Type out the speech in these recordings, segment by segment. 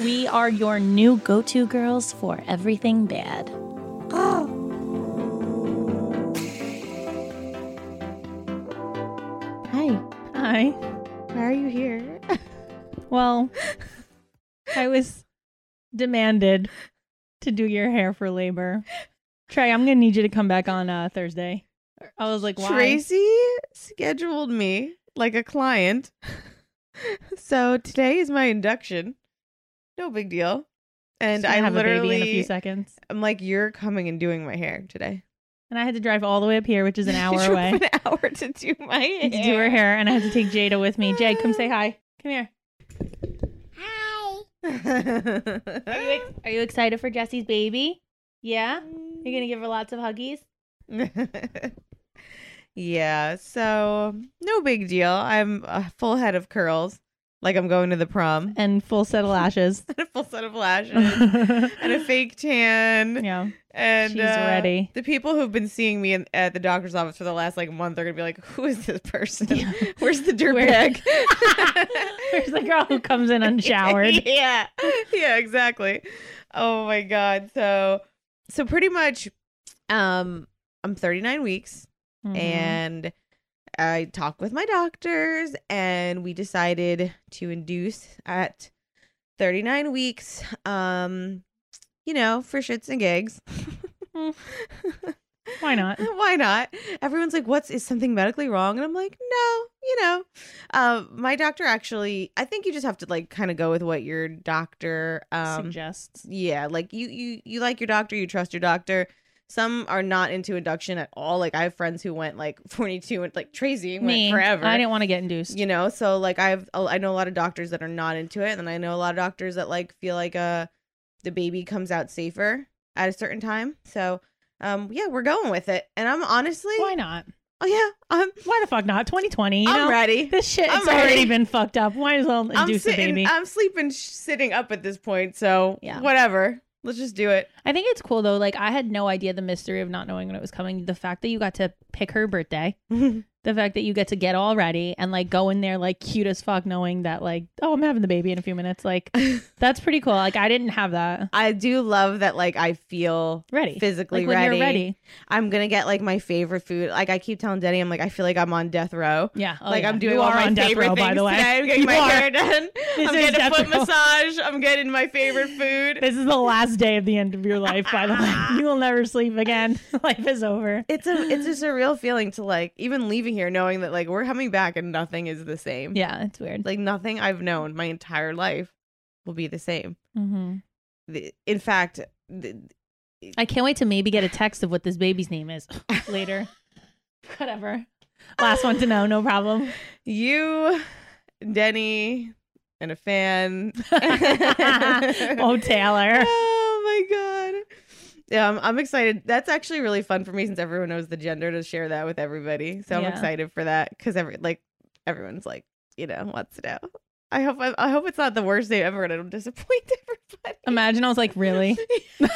We are your new go to girls for everything bad. Hi. Hi. Why are you here? Well, I was demanded to do your hair for labor. Trey, I'm gonna need you to come back on uh, Thursday. I was like, why? Tracy scheduled me like a client. so today is my induction. No big deal. She's And gonna I have a baby in a few literally, seconds, I'm like, you're coming and doing my hair today. and I had to drive all the way up here, which is an hour It took away, An hour to do my hair. to do her hair, and I had to take Jada with me. Jay, come say hi. Come here. Are you, ex- are you excited for Jesse's baby? Yeah. You're gonna give her lots of huggies. yeah, so no big deal. I'm a full head of curls, like I'm going to the prom, and full set of lashes. and a full set of lashes, and a yeah, fake tan. And she's uh, ready. The people who've been seeing me in, at the doctor's office for the last like month are gonna be like, "Who is this person? Yeah. Where's the Where- dirtbag? Where's the girl who comes in unshowered? yeah, yeah, exactly. Oh my god. So, so pretty much, um, I'm 39 weeks, Mhm. and I talked with my doctors, and we decided to induce at 39 weeks. Um, you know, for shits and gigs. Mm. Why not? Why not? Everyone's like, "What's is something medically wrong?" And I'm like, "No, you know." Uh, my doctor actually, I think you just have to like kind of go with what your doctor um Suggests. yeah, like you you you like your doctor, you trust your doctor. Some are not into induction at all. Like I have friends who went like 42 and like Tracy went Me, forever. I didn't want to get induced. you know, so like I've I know a lot of doctors that are not into it, and then I know a lot of doctors that like feel like uh the baby comes out safer at a certain time. So um yeah, we're going with it, and I'm honestly Why not? oh yeah I'm Why the fuck not? 2020. You I'm know ready. this shit I'm has already ready. been fucked up. Might as well I'm induce a sitting. baby. I'm sleeping sh- sitting up at this point, so Yeah. whatever. Let's just do it. I think it's cool though. Like I had no idea the mystery of not knowing when it was coming. The fact that you got to pick her birthday. The fact that you get to get all ready and like go in there like cute as fuck, knowing that like, oh, I'm having the baby in a few minutes. Like, that's pretty cool. Like, I didn't have that. I do love that. Like I feel Ready. physically like, when ready. you're ready. I'm gonna get like my favorite food. Like I keep telling Denny, I'm like I feel like I'm on death row. Yeah. Oh, like yeah. I'm doing you all are my on death favorite row, things by the way. today. I'm getting You my are. hair done. This I'm is getting a death foot row. massage. I'm getting my favorite food. This is the last day of the end of your life, by the way. You will never sleep again. life is over. It's a it's just a real feeling to like even leaving here knowing that like we're coming back and nothing is the same. Yeah, it's weird. Like nothing I've known my entire life will be the same. hmm The- In fact, the, I can't wait to maybe get a text of what this baby's name is later. Whatever. Last one to know, no problem. you, Denny, and a fan. oh, Taylor. Oh my god. Um, I'm excited. That's actually really fun for me since everyone knows the gender to share that with everybody. So I'm Yeah. excited for that because every like everyone's like you know wants to know. I hope I, I hope it's not the worst day ever and I don't disappoint everybody. Imagine I was like, really?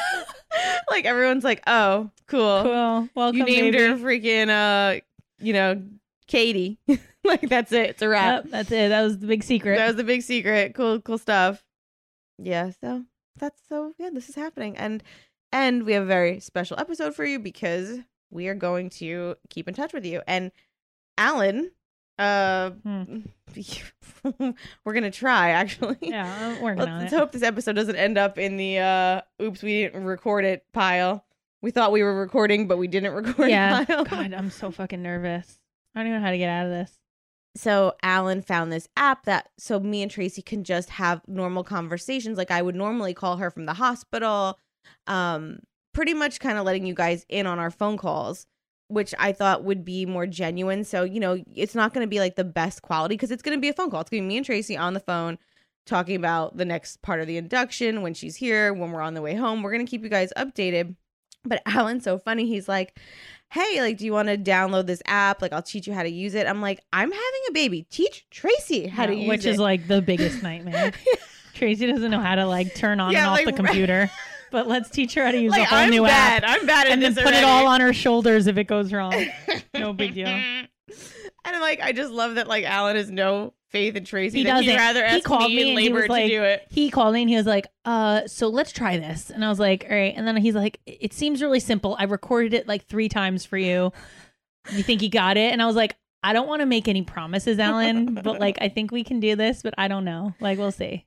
like everyone's like, oh, cool. Cool. Welcome, You named baby. her freaking uh, you know, Katie. like that's it. It's a wrap. Yep, that's it. That was the big secret. That was the big secret. Cool, cool stuff. Yeah, so that's so yeah, this is happening. And and we have a very special episode for you because we are going to keep in touch with you. And Alan, uh Hmm. we're gonna try actually. yeah, I'm working Let's, on let's it. hope this episode doesn't end up in the uh oops, we didn't record it pile. We thought we were recording, but we didn't record yeah. pile. God, I'm so fucking nervous. I don't even know how to get out of this. so Alan found this app that so me and Tracy can just have normal conversations like I would normally call her from the hospital um pretty much kind of letting you guys in on our phone calls which I thought would be more genuine. So, you know, it's not going to be like the best quality because it's going to be a phone call. It's going to be me and Tracy on the phone talking about the next part of the induction when she's here, when we're on the way home. We're going to keep you guys updated. But Alan's so funny. He's like, hey, like, do you want to download this app? Like, I'll teach you how to use it. I'm like, I'm having a baby. Teach Tracy how to Yeah, use which it. is like the biggest nightmare. Tracy doesn't know how to like turn on Yeah, and off like, the computer, but let's teach her how to use a like, whole I'm new app bad. I'm bad at and then this put it all on her shoulders if it goes wrong. No big deal. And I'm like, I just love that like Alan has no faith in Tracy. He that He'd doesn't. rather He ask called me me in and he labor was like- to do it. He called me and he was like, "Uh, so let's try this." And I was like, "All right." And then he's like, "It it seems really simple. I recorded it like 3 times for you. You think you got it?" And I was like, "I don't want to make any promises, Alan, but like I think we can do this, but I don't know. Like we'll see."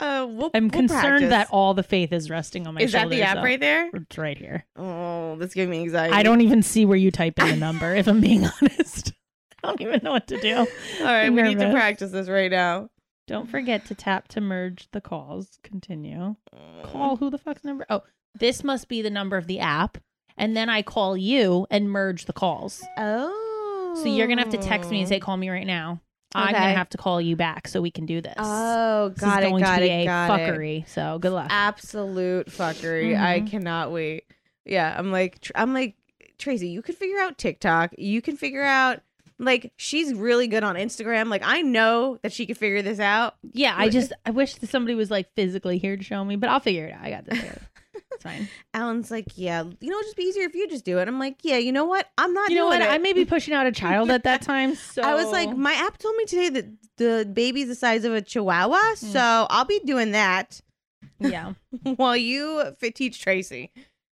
Uh, we'll, I'm we'll concerned that practice. all the faith is resting on my is that shoulders. the app though. right there? It's right here. Oh, this giving me anxiety. I don't even see where you type in the number, if I'm being honest. I don't even know what to do. All right, we need to nervous. practice this right now. Don't forget to tap to merge the calls. Continue. Call who the fuck's number? Oh, this must be the number of the app. And then I call you and merge the calls. Oh. So you're going to have to text me and say, call me right now. I'm going Hmm. Okay. to have to call you back so we can do this. Oh, this got is it, going got to be it, a got it. fuckery. So good luck. absolute fuckery. I Mhm. cannot wait. Yeah, I'm like tr- I'm like Tracy, you could figure out TikTok. You can figure out like she's really good on Instagram. Like I know that she could figure this out. yeah, I What- just, I wish that somebody was like physically here to show me, but I'll figure it out. I got this. figured out. it's fine. Alan's like, yeah, you know, it'd just be easier if you just do it. I'm like, yeah, you know what? I'm not. you know doing what? It. I may be pushing out a child at that time. So I was like, my app told me today that the baby's the size of a chihuahua, Mm. so I'll be doing that yeah, while you fit teach Tracy.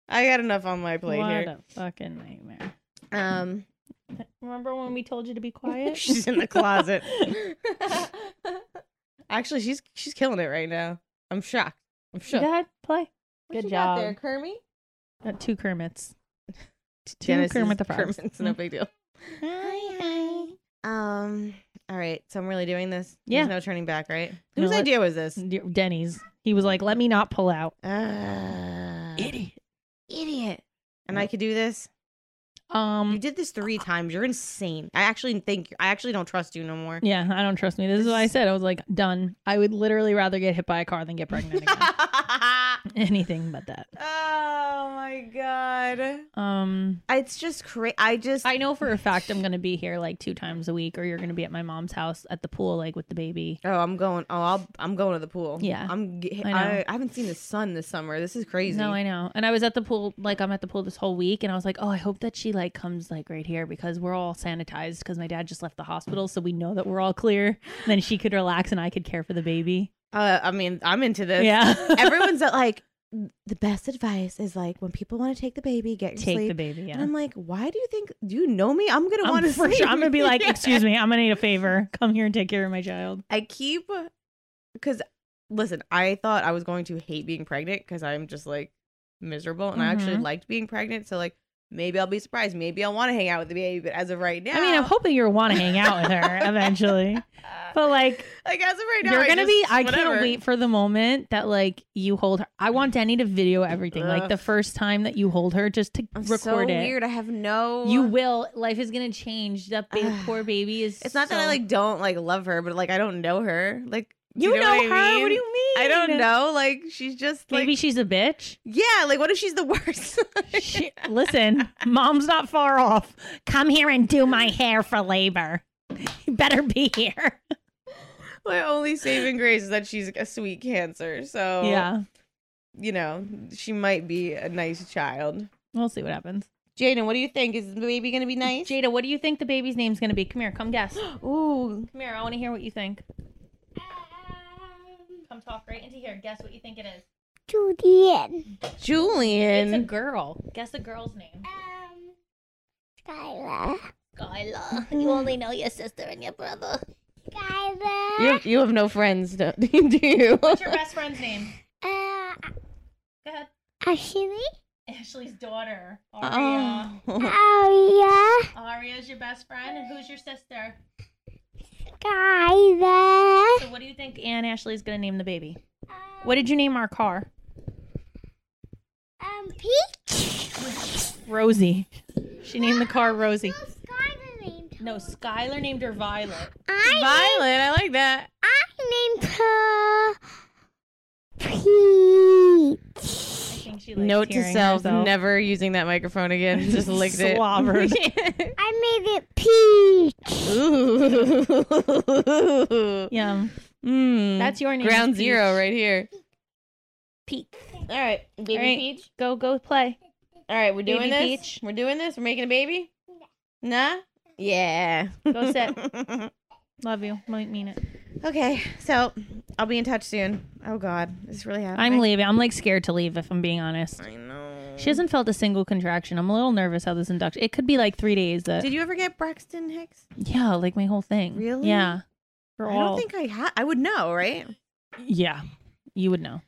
I got enough on my plate what here. a fucking nightmare. Um, Remember when we told you to be quiet? she's in the closet. Actually, she's she's killing it right now. I'm shocked. I'm Go shocked. ahead, play. What Good you got job. there, Kermit. Got two Kermits. Two Dennis Kermit is- the Frogs. Kermit's no big deal. Hi, hi. Um. All right. So I'm really doing this. Yeah. There's no turning back, right? No, Whose let- idea was this? Denny's. He was like, "Let me not pull out." Uh, Idiot. idiot. And I could do this. You Um. did this three times. You're insane. I actually think I actually don't trust you no more. Yeah, I don't trust me. This is what I said. I was like, done. I would literally rather get hit by a car than get pregnant again. Anything but that. oh my god. Um. It's just crazy. I just I know for a fact I'm going to be here like two times a week, or you're going to be at my mom's house at the pool, like with the baby. Oh, I'm going. Oh, I'll, I'm going to the pool. Yeah. I'm. g- I I, know. I haven't seen the sun this summer. This is crazy. No, I know. And I was at the pool, like I'm at the pool this whole week, and I was like, oh, I hope that she like comes like right here because we're all sanitized because my dad just left the hospital, so we know that we're all clear. And then she could relax and I could care for the baby. Uh, I mean, I'm into this. yeah, Everyone's at, like, the best advice is like when people want to take the baby, get your take sleep. the baby. And Yeah, I'm like, why do you think? Do you know me? I'm gonna I'm, want to for sleep. sure. I'm gonna be like, Yeah. excuse me, I'm gonna need a favor. Come here and take care of my child. I keep because listen, I thought I was going to hate being pregnant because I'm just like miserable, and I actually Mhm. liked being pregnant. So like, maybe I'll be surprised. Maybe I'll want to hang out with the baby. But as of right now, I mean, I'm hoping you'll want to hang out with her eventually, but like. like as of right now, You're I gonna just- be. I whatever. can't wait for the moment that like you hold her. I want Denny to video everything, like Ugh. the first time that you hold her, just to I'm record so it. weird. I have no. You will. Life is gonna change. That ba- poor baby is. It's not that I so- like don't like love her, but like I don't know her. Like do You, know, what I her. What mean? do you mean? I don't know. Like she's just like Maybe she's a bitch. yeah. Like what if she's the worst? She, listen, mom's not far off. Come here and do my hair for labor. You better be here. My only saving grace is that she's a sweet cancer. So Yeah, you know she might be a nice child. we'll see what happens. Jaden, what do you think? Is the baby gonna be nice? Jada, what do you think the baby's name's gonna be? Come here, come guess. Come Ooh, here, I want to hear what you think. Come talk right into here. Guess what you think it is. Julian. It's a Julian. girl. Guess a girl's name. Um, Skylar. Skylar, you only know your sister and your brother. Skylar. you, have, you have no friends, do do you? What's your best friend's name? Uh, Go ahead. Ashley. Ashley's daughter, Aria. Oh. Aria. Aria's your best friend, and who's your sister? Skylar. So, what do you think Anne Ashley's gonna name the baby? uh, What did you name our car? Um, Peach. Rosie. She named the car Rosie. No, Skylar named her. No, Skylar named her Violet. I, Violet, I like that. named, I named her Peach. I think she likes Note to hearing self: herself. never using that microphone again. Just licked it. Slobbered. I made it Peach. Ooh. Yum. Mm. That's your name. ground is Peach. zero right here. Peach. All right, baby All right. Peach. Go, go play. All right, we're doing Baby this. Peach. We're doing this. We're making a baby. Nah. Yeah. Go sit. Love you. Might mean it. okay, so I'll be in touch soon. Oh God, this is really happening. I'm leaving. I'm like scared to leave if I'm being honest. I know. She hasn't felt a single contraction. I'm a little nervous how this induction. It could be like three days. That Did you ever get Braxton Hicks? yeah, like my whole thing. Really? Yeah. For I all. don't think I had. I would know, right? yeah, you would know.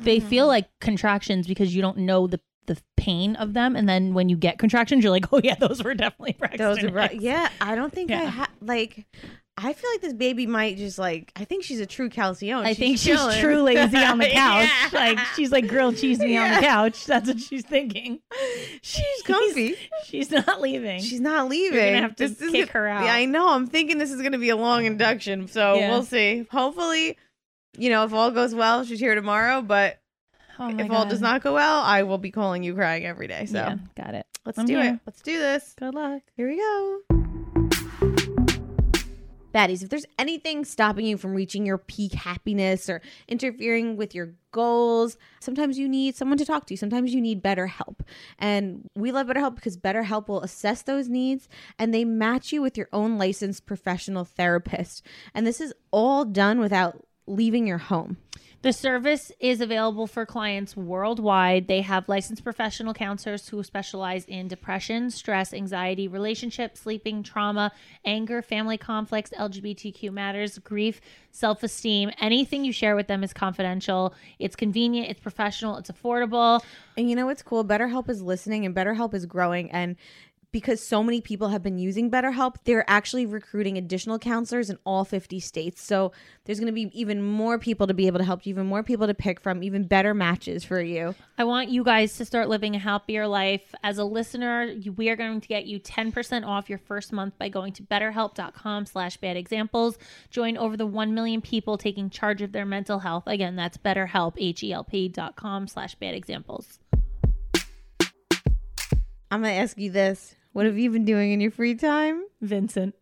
They feel like contractions because you don't know the the pain of them, and then when you get contractions, you're like, oh yeah, those were definitely Braxton. Those are bra- Hicks." yeah. I don't think I Yeah. had like. I feel like this baby might just like. I think Oh, she's a true calcium. I think she's true lazy on the couch. Like she's like grilled cheese me on Yeah. the couch. That's what she's thinking. she's comfy. She's not leaving. She's not leaving. have to is kick gonna- her out. Mm. Yeah, I know. I'm thinking this is going to be a long induction, so Yeah. we'll see. Hopefully, you know, if all goes well, she's here tomorrow. But Oh my if all does God. not go well, I will be calling you crying every day. So Yeah, got it. let's I'm do it. here. Let's do this. Good luck. Here we go. Baddies, if there's anything stopping you from reaching your peak happiness or interfering with your goals, sometimes you need someone to talk to. Sometimes you need better help. And we love BetterHelp because BetterHelp will assess those needs and they match you with your own licensed professional therapist. And this is all done without leaving your home. The service is available for clients worldwide. They have licensed professional counselors who specialize in depression, stress, anxiety, relationships, sleeping, trauma, anger, family conflicts, LGBTQ matters, grief, self esteem. Anything you share with them is confidential. It's convenient, it's professional, it's affordable. And you know what's cool? BetterHelp is listening and BetterHelp is growing. And because so many people have been using BetterHelp, they're actually recruiting additional counselors in all 50 states. So there's going to be even more people to be able to help you, even more people to pick from, even better matches for you. I want you guys to start living a happier life. As a listener, you- we are going to get you 10% off your first month by going to betterhelp.com slash bad examples. Join over the 1 million people taking charge of their mental health. Again, that's betterhelp, H-E-L-P dot com slash bad examples. I'm going to ask you this What have you been doing in your free time? Vincent.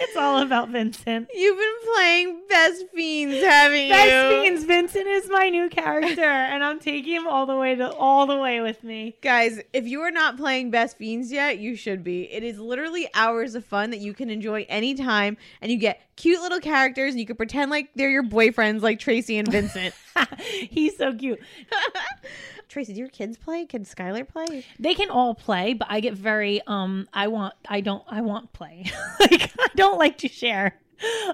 it's all about Vincent. You've been playing Best Fiends, haven't you? Vincent is my new character, and I'm taking him all the way to all the way with me. Guys, if you are not playing Best Fiends yet, you should be. It is literally hours of fun that you can enjoy anytime, and you get cute little characters, and you can pretend like they're your boyfriends, like Tracy and Vincent. He's so cute. Tracy, do your kids play? Can Skylar play? they can all play but i get very um i want i don't i want play like i don't like to share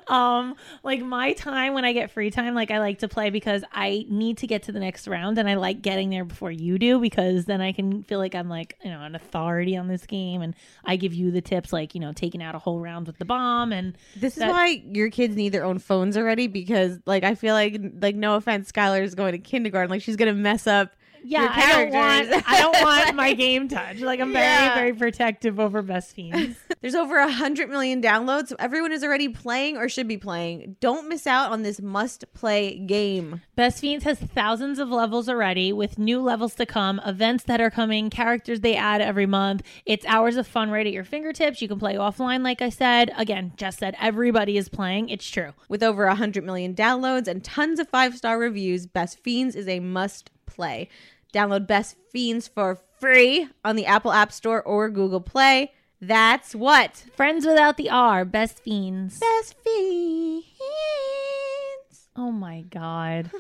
um like my time when i get free time like i like to play because i need to get to the next round and i like getting there before you do because then i can feel like i'm like you know an authority on this game and i give you the tips like you know taking out a whole round with the bomb and This is That- why your kids need their own phones already because, like, I feel like, like, no offense, Skylar is going to kindergarten. Like, she's gonna mess up. yeah Your i don't characters. want i don't want my game touch like i'm very Yeah. very protective over best fiends There's over a hundred million downloads, so everyone is already playing or should be playing. Don't miss out on this must-play game. Best Fiends has thousands of levels already with new levels to come, events that are coming, characters they add every month. It's hours of fun right at your fingertips. You can play offline, like I said. Again, Jess said everybody is playing. It's true. With over 100 million downloads and tons of five star reviews, Best Fiends is a must play. Download Best Fiends for free on the Apple App Store or Google Play. That's what? Friends without the R, Best Fiends. Best Fiends. Oh my God.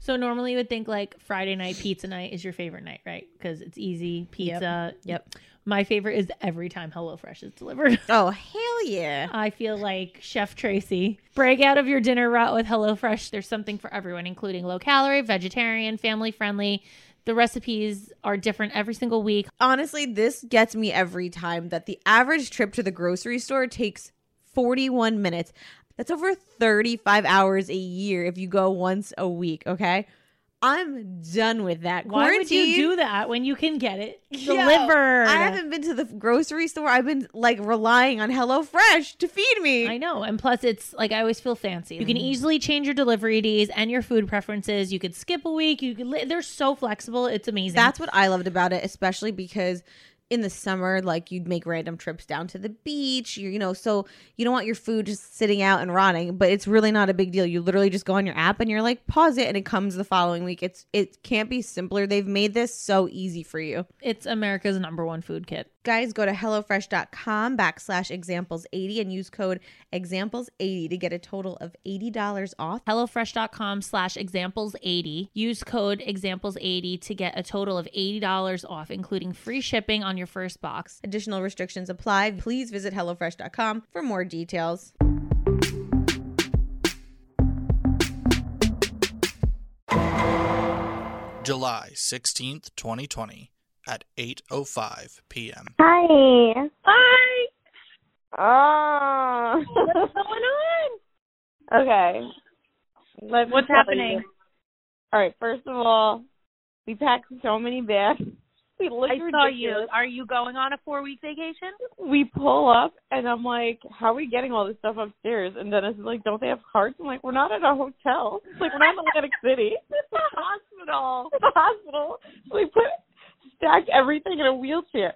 So normally you would think like Friday night pizza night is your favorite night, right? Because it's easy pizza. Yep. My favorite is every time HelloFresh is delivered. oh, hell yeah. I feel like Chef Tracy. Break out of your dinner rut with HelloFresh. There's something for everyone, including low calorie, vegetarian, family friendly. The recipes are different every single week. Honestly, this gets me every time that the average trip to the grocery store takes 41 minutes. That's over 35 hours a year if you go once a week, okay? I'm done with that. Why would you Quarantine- do that when you can get it Yo, delivered? I haven't been to the grocery store. I've been like relying on HelloFresh to feed me. I know. And plus, it's like I always feel fancy. You can Mm-hmm. easily change your delivery days and your food preferences. You could skip a week. You could li- they're so flexible. It's amazing. That's what I loved about it, especially because in the summer, like you'd make random trips down to the beach, you, you know, so you don't want your food just sitting out and rotting, but it's really not a big deal. You literally just go on your app and you're like, pause it, and it comes the following week. It's it can't be simpler. They've made this so easy for you. it's America's number one food kit. Guys, go to HelloFresh.com backslash examples80 and use code examples80 to get a total of $80 off. HelloFresh.com slash examples 80. Use code examples 80 to get a total of $80 off, including free shipping on your first box. Additional restrictions apply. Please visit HelloFresh.com for more details. July 16th, 2020 at 8:05 p.m. Hi. Hi. Oh. What's going on? okay. Let me What's tell happening? you. All right. First of all, we packed so many bags. We looked I saw you. ridiculous. Are you going on a four week vacation? We pull up, and I'm like, "How are we getting all this stuff upstairs?" And Dennis is like, "Don't they have carts?" I'm like, "We're not at a hotel. It's like we're not in Atlantic City. It's a hospital. It's a hospital. So we put stacked everything in a wheelchair.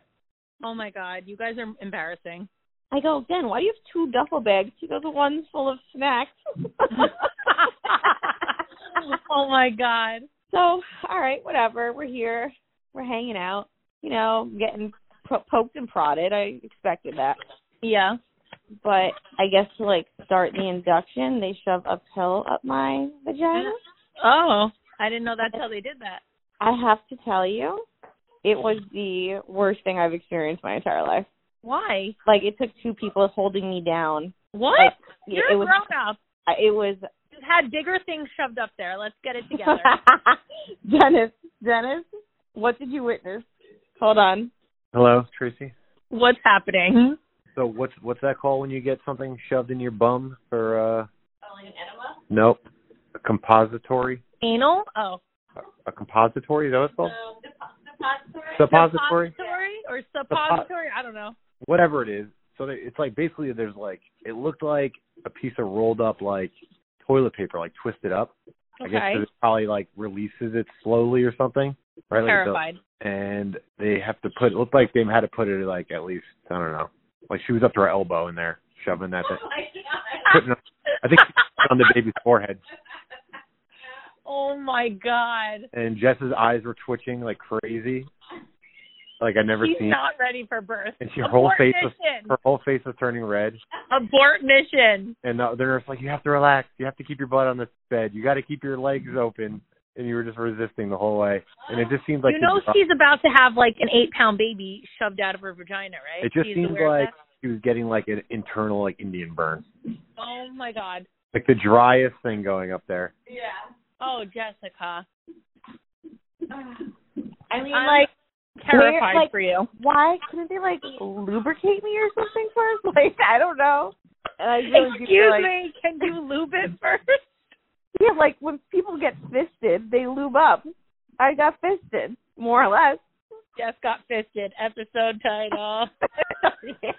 Oh my god, you guys are embarrassing. I go, Dan, why do you have two duffel bags? She goes, one's full of snacks. oh my god. so, all right, whatever. We're here. We're hanging out. You know, getting po- poked and prodded. I expected that. Yeah. But I guess to, like, start the induction, they shove a pill up my vagina. Oh, I didn't know that's how they did that. I have to tell you, it was the worst thing I've experienced my entire life. Why? Like, it took two people holding me down. What? Like, You're it a was, grown up. it was You've had bigger things shoved up there. Let's get it together. Dennis, Dennis, what did you witness? Hold on. Hello, Tracy. What's happening? So what's what's that called when you get something shoved in your bum for uh an enema? Nope. A compository. Anal? Oh. A compository, is that what it's called? Suppository? Suppository or suppository? I don't know. Whatever it is. So they, it's like basically there's like it looked like a piece of rolled up like toilet paper, like twisted up. I guess Okay. 'cause it probably like releases it slowly or something. Right? Like the- Terrified. and they have to put it looked like they had to put it like at least I don't know. Like she was up to her elbow in there, shoving that Oh thing. Putting it- I think she put it on the baby's forehead. Oh my god. and Jess's eyes were twitching like crazy, like I never She's seen. not ready for birth. and she, her whole face was mission. her whole face was turning red. Abort mission. And the, the nurse like, "You have to relax. You have to keep your butt on the bed. You got to keep your legs open." And you were just resisting the whole way. And it just seemed like you the know doc- she's about to have like an eight pound baby shoved out of her vagina, right? it just She's seemed aware of like she was getting like an internal like Indian burn, that? Oh my god. like the driest thing going up there. Oh Jessica. I mean, I'm like, Terrified like- for you. why couldn't they like lubricate me or something first? Like, I don't know. And I really do Excuse feel like, me, can you lube it first? yeah, like when people get fisted, they lube up. I got fisted, more or less. Jess got fisted. Episode title. yeah.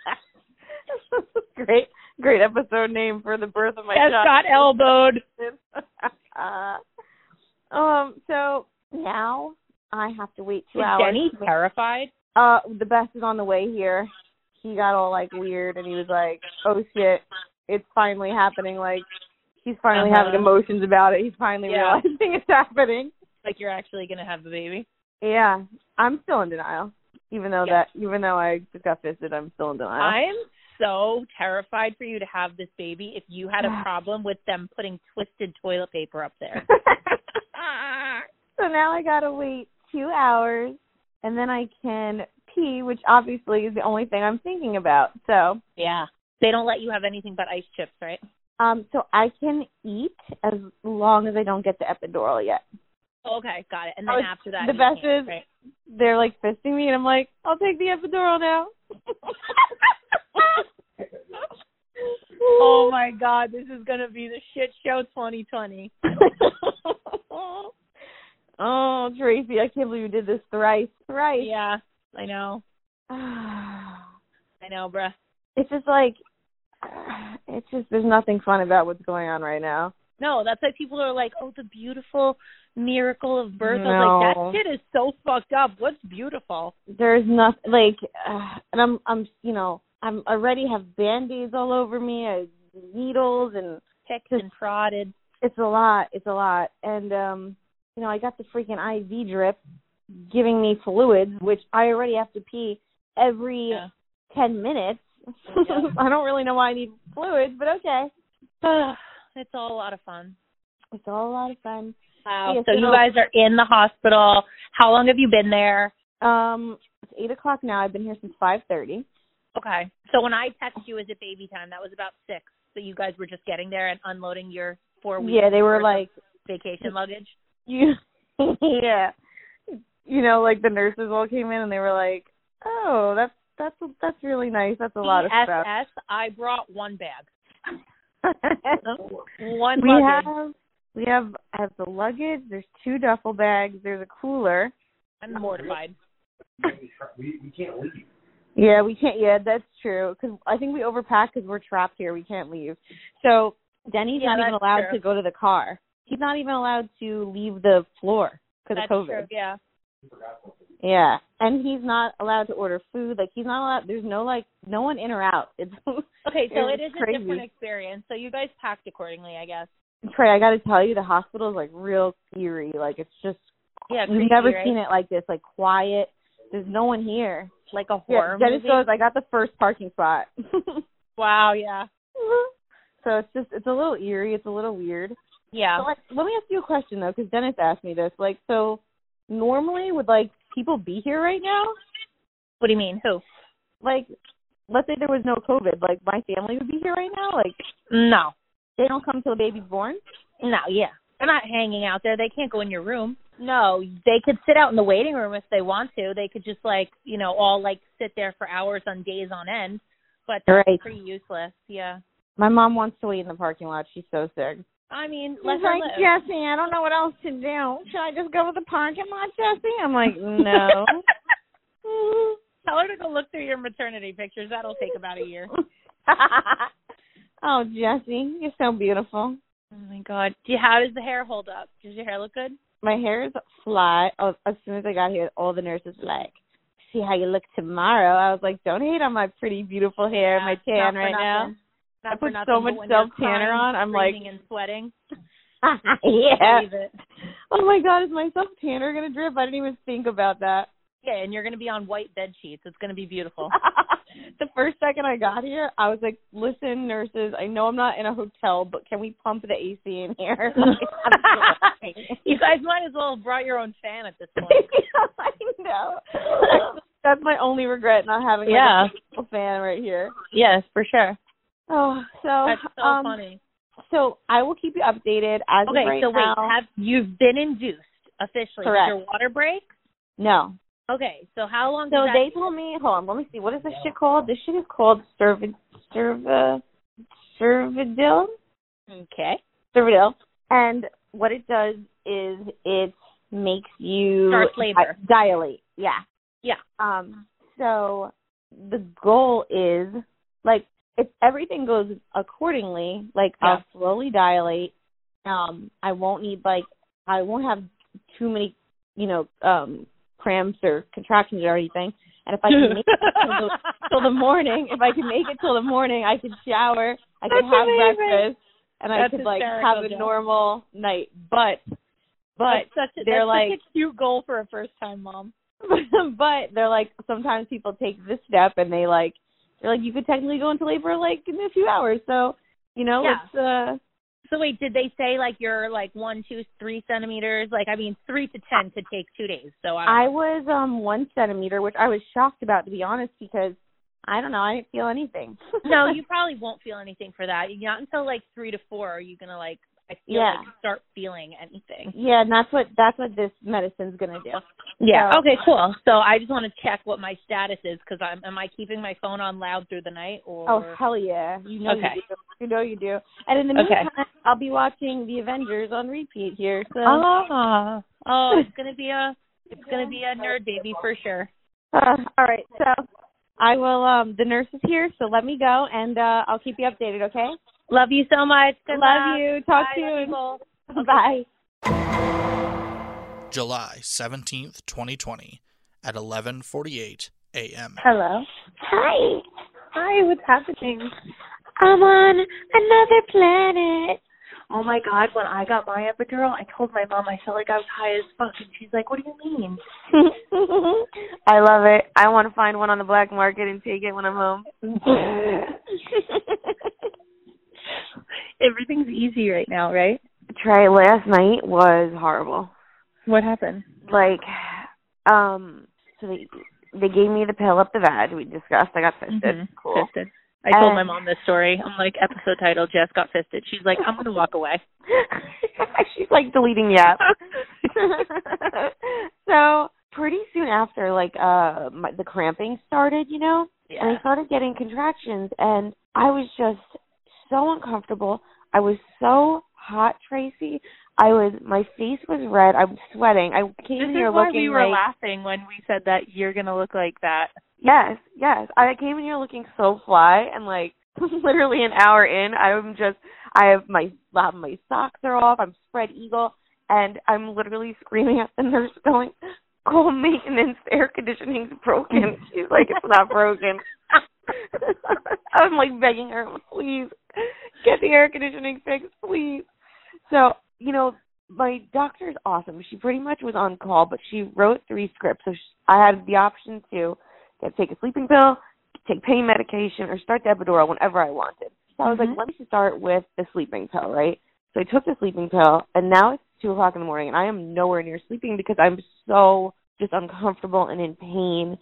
great, great episode name for the birth of my Jess child. got elbowed. Uh, um. So now I have to wait two Is hours. Jenny terrified? Uh, the best is on the way here. He got all like weird, and he was like, "Oh shit, it's finally happening!" Like he's finally Uh-huh. having emotions about it. He's finally Yeah. realizing it's happening. Like you're actually gonna have the baby. Yeah, I'm still in denial. Even though Yeah. that, even though I just got fisted, I'm still in denial. I'm so terrified for you to have this baby if you had a problem with them putting twisted toilet paper up there. so now I gotta wait two hours, and then I can pee, which obviously is the only thing I'm thinking about. So, yeah. They don't let you have anything but ice chips, right? um, so I can eat as long as I don't get the epidural yet. Okay, got it. And then Oh, after that, the you best can't, is- right? They're like fisting me, and I'm like, I'll take the epidural now. Oh my God, this is gonna be the shit show 2020. Oh, Tracy, I can't believe you did this thrice. Thrice. Yeah, I know. I know, bruh. It's just like, it's just, there's nothing fun about what's going on right now. No, that's why people are like, "Oh, the beautiful miracle of birth." I No. was like, "That shit is so fucked up. What's beautiful?" There's nothing, like, uh, and I'm, I'm, you know, I'm already have band-aids all over me, I, needles, and Picked and prodded. it's a lot. It's a lot. And, um, you know, I got the freaking IV drip giving me fluids, which I already have to pee every Yeah. 10 minutes. Yeah. I don't really know why I need fluids, but okay. it's all a lot of fun. It's all a lot of fun. Wow. Yes, so you you know- guys are in the hospital. How long have you been there? Um, it's eight o'clock now. I've been here since five thirty. Okay. So when I text you, is it baby time? That was about six. So you guys were just getting there and unloading your four weeks. Yeah, they worth were of like, vacation luggage. you, yeah, you know, like the nurses all came in and they were like, oh, that's that's that's really nice. That's a lot of stuff. BSS, I brought one bag, one we luggage. have we have I have the luggage. There's two duffel bags. There's a cooler. I'm mortified. Yeah, we can't. Yeah, that's true. Because I think we overpack because we're trapped here. We can't leave. So Denny's Yeah, not even that's allowed true. to go to the car. He's not even allowed to leave the floor because That's of true. COVID. Yeah. Yeah, and he's not allowed to order food. Like he's not allowed. There's no like no one in or out. It's Okay, so It it was is crazy. a different experience. So you guys packed accordingly, I guess. Trey. I got to tell you, the hospital is like real eerie. Like it's just Yeah, we've creepy, never right? seen it like this. Like quiet. There's no one here. Like a Yeah, horror Dennis movie. goes. I got the first parking spot. wow. Yeah. so it's just it's a little eerie. It's a little weird. Yeah. So, like, let me ask you a question though, because Dennis asked me this. Like, so normally would like people be here right now? What do you mean? Who? Like, let's say there was no COVID. Like, my family would be here right now. Like, No. they don't come till the baby's born. No. Yeah. They're not hanging out there. They can't go in your room. No, they could sit out in the waiting room if they want to. They could just like, you know, all like sit there for hours on days on end. But that's Right. pretty useless. Yeah. My mom wants to wait in the parking lot. She's so sick. I mean, She's let her like, live. Jesse, I don't know what else to do. Should I just go to the parking lot, Jesse? I'm like, no. Tell her to go look through your maternity pictures. That'll take about a year. oh, Jesse, you're so beautiful. Oh my god. Do you, how does the hair hold up? Does your hair look good? My hair is fly. Oh, as soon as I got here, all the nurses were like, see how you look tomorrow. I was like, don't hate on my pretty, beautiful hair, my Not tan for right now. nothing. Not I for put so nothing, but much when you're self-tanner crying, on, I'm like- screaming and sweating. yeah. Believe it. Oh my God, is my self tanner gonna drip? I didn't even think about that. Yeah, and you're gonna be on white bed sheets. It's gonna be beautiful. the first second I got here, I was like, "Listen, nurses, I know I'm not in a hotel, but can we pump the AC in here?" I'm dying. you guys might as well have brought your own fan at this point. I know. That's my only regret not having Yeah. like, a fan right here. yes, for sure. Oh, so That's so um, funny. so I will keep you updated as Okay, of right so wait, now. have you've been induced officially? Correct. Did your water break? no, Okay, so how long? So does they that told me, hold on, let me see. What is this shit called? This shit is called Servid, Serva, Servidil, okay. Servidil. And what it does is it makes you Starts labor. di- dilate. Yeah. Yeah. Um. So the goal is like if everything goes accordingly, like I'll slowly dilate. Um. I won't need like I won't have too many, you know, um, cramps or contractions or anything. And if I can make it till the, till the morning, if I can make it till the morning, I could shower, I could That's have amazing. breakfast, and I That's could like hysterical, have a Jen. normal night. But, but that's such a, they're that's like- such a cute goal for a first time mom. but they're like sometimes people take this step and they like they're like you could technically go into labor like in a few hours. So you know Yeah. it's uh So wait, did they say like you're like one, two, three centimeters? Like I mean, three to ten could take two days. So I, don't I was um one centimeter, which I was shocked about to be honest because I don't know I didn't feel anything. no, you probably won't feel anything for that. Not until like three to four are you gonna like I feel Yeah. like start feeling anything. Yeah, and that's what that's what this medicine's gonna do. Yeah. So- Okay, cool. So I just want to check what my status is because I'm am I keeping my phone on loud through the night or Oh hell yeah! You know Okay. you do. You know you do. And in the Okay. meantime, I'll be watching The Avengers on repeat here. So Ah. Oh, it's gonna be a it's gonna be a nerd baby for sure. Uh, all right, so I will. Um, the nurse is here, so let me go, and uh, I'll keep you updated. Okay. Love you so much. Good Love luck. you. Talk Bye, love you soon. both. Bye. July 17th, 2020 at 11:48 a.m. Hello. Hi. Hi, what's happening? I'm on another planet. Oh my god, when I got my epidural, I told my mom I felt like I was high as fuck, and she's like, "What do you mean?" I love it. I want to find one on the black market and take it when I'm home. Everything's easy right now, right? Trey, last night was horrible. What happened? Like, um, so they they gave me the pill up the vag. We discussed. I got fisted. Mhm. Cool. Fisted. I told my Uh, mom this story. I'm like, episode title, Jess got fisted. She's like, I'm gonna walk away. She's like deleting the app. so pretty soon after, like uh, my, the cramping started, you know, and I started getting contractions, and I was just so uncomfortable. I was so hot, Tracy. I was my face was red. I'm sweating. I came This in here is why looking we were like laughing when we said that you're gonna look like that. yes, yes. I came in here looking so fly, and like literally an hour in, I'm just I have my my socks are off. I'm spread eagle, and I'm literally screaming at the nurse, going, "Call maintenance. Air conditioning's broken." She's like, "It's not broken." I'm like begging her, please get the air conditioning fixed, please. So, you know, my doctor's awesome. She pretty much was on call, but she wrote three scripts. So she, I had the option to get, take a sleeping pill, take pain medication, or start the epidural whenever I wanted. So I was Mhm. like, let me start with the sleeping pill, right? So I took the sleeping pill, and now it's two o'clock in the morning, and I am nowhere near sleeping because I'm so just uncomfortable and in pain,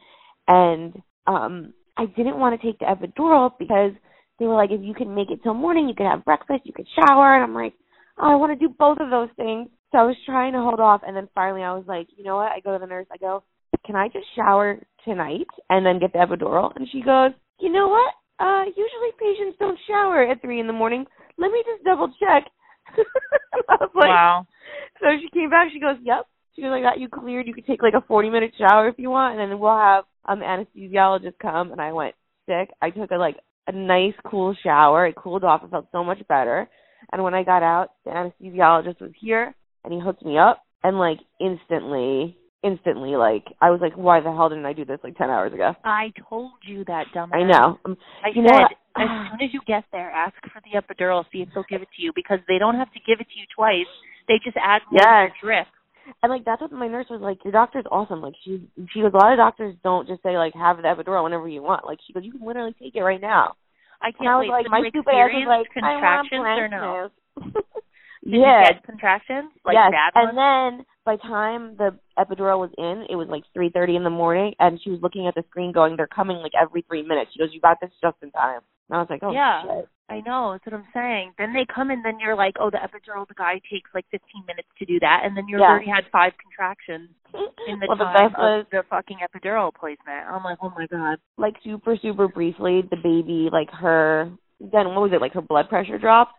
and um I didn't want to take the epidural because they were like, if you can make it till morning, you could have breakfast, you could shower, and I'm like, oh, I want to do both of those things. So I was trying to hold off, and then finally I was like, you know what? I go to the nurse. I go, can I just shower tonight and then get the epidural? And she goes, you know what? Uh, usually patients don't shower at three in the morning. Let me just double check. And I was like, wow. so she came back. She goes, "Yep." She was like, "That you cleared. You could take like a forty minute shower if you want, and then we'll have um the anesthesiologist come." And I went sick. I took a like a nice cool shower. It cooled off. I felt so much better. And when I got out, the anesthesiologist was here, and he hooked me up, and like instantly, instantly, like I was like, "Why the hell didn't I do this like ten hours ago?" I told you that, dumbass. I know. Um, Oh, I You know said, what? as soon as you get there, ask for the epidural, see if they'll give it to you because they don't have to give it to you twice. They just add more to Yes. the drip. And like that's what my nurse was like. Your doctor's awesome. Like she she goes. A lot of doctors don't just say like have the epidural whenever you want. Like she goes, you can literally take it right now. I can't And I was wait. like, Did my you stupid ass was experience like, contractions I want or no? blankness. Did yeah. you get contractions? Like yes. bad ones? and then by the time the epidural was in, it was like 3:30 in the morning, and she was looking at the screen, going, "They're coming like every three minutes." She goes, "You got this just in time." And I was like, "Oh Yeah. shit." I know, that's what I'm saying. Then they come and then you're like, oh, the epidural, the guy takes like 15 minutes to do that. And then you've Yeah. already had five contractions in the well, the time best was of the fucking epidural placement. I'm like, oh my God. like super super briefly the baby like her then what was it like her blood pressure dropped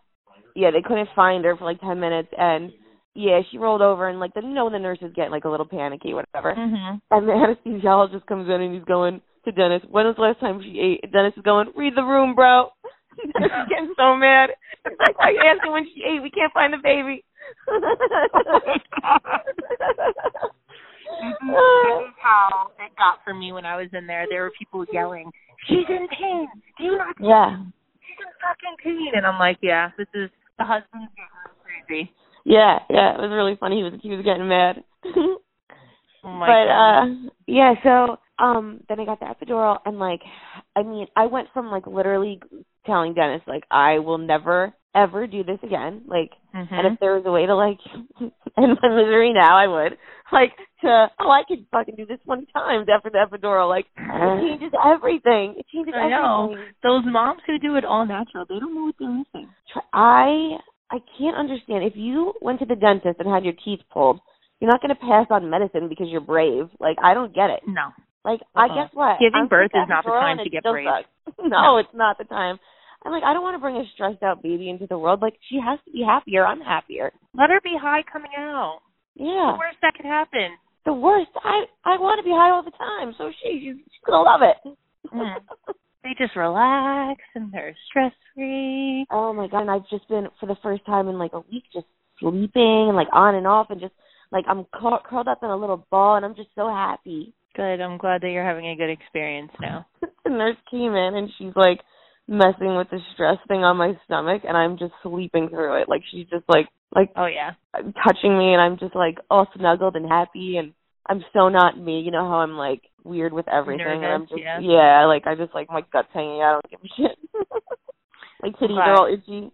yeah they couldn't find her for like ten minutes and yeah she rolled over and like the you know when the nurses get like a little panicky whatever Mm-hmm. and the anesthesiologist comes in and he's going to Dennis when was the last time she ate and Dennis is going read the room bro Dennis is getting so mad like I asked her when she ate we can't find the baby This is, this is how it got for me when I was in there. There were people yelling, "She's in pain. Do you not? yeah She's in fucking pain." And I'm like, "Yeah, this is the husband's getting crazy." Yeah, yeah, it was really funny. He was he was getting mad. Oh my but god. uh yeah, so um then I got the epidural and like I mean, I went from like literally telling Dennis like I will never ever do this again, like Mhm. and if there was a way to like end my misery now, I would. Like to oh, I could fucking do this one times after the epidural. Like it changes everything. It changes I know. everything. Those moms who do it all natural, they don't know what they're missing. Tr- I I can't understand. If you went to the dentist and had your teeth pulled, you're not going to pass on medicine because you're brave. Like I don't get it. No. Like I Uh-uh. guess what? Giving I'm birth sick is not the after time and to it get still brave. sucks. No, it's not the time. I'm like I don't want to bring a stressed out baby into the world. Like she has to be happier. I'm happier. Let her be high coming out. Yeah. The worst that could happen. The worst. I I want to be high all the time. So she she's, she's gonna love it. Mm. They just relax and they're stress free. Oh my god! And I've just been for the first time in like a week just sleeping and like on and off and just like I'm cur- curled up in a little ball and I'm just so happy. Good. I'm glad that you're having a good experience now. the nurse came in and she's like messing with the stress thing on my stomach and I'm just sleeping through it. Like she's just like like Oh yeah. touching me and I'm just like all snuggled and happy and I'm so not me. You know how I'm like weird with everything and I'm Nervous, just yeah. like I just like my guts hanging out. I don't give a shit. my titties Right. are all itchy.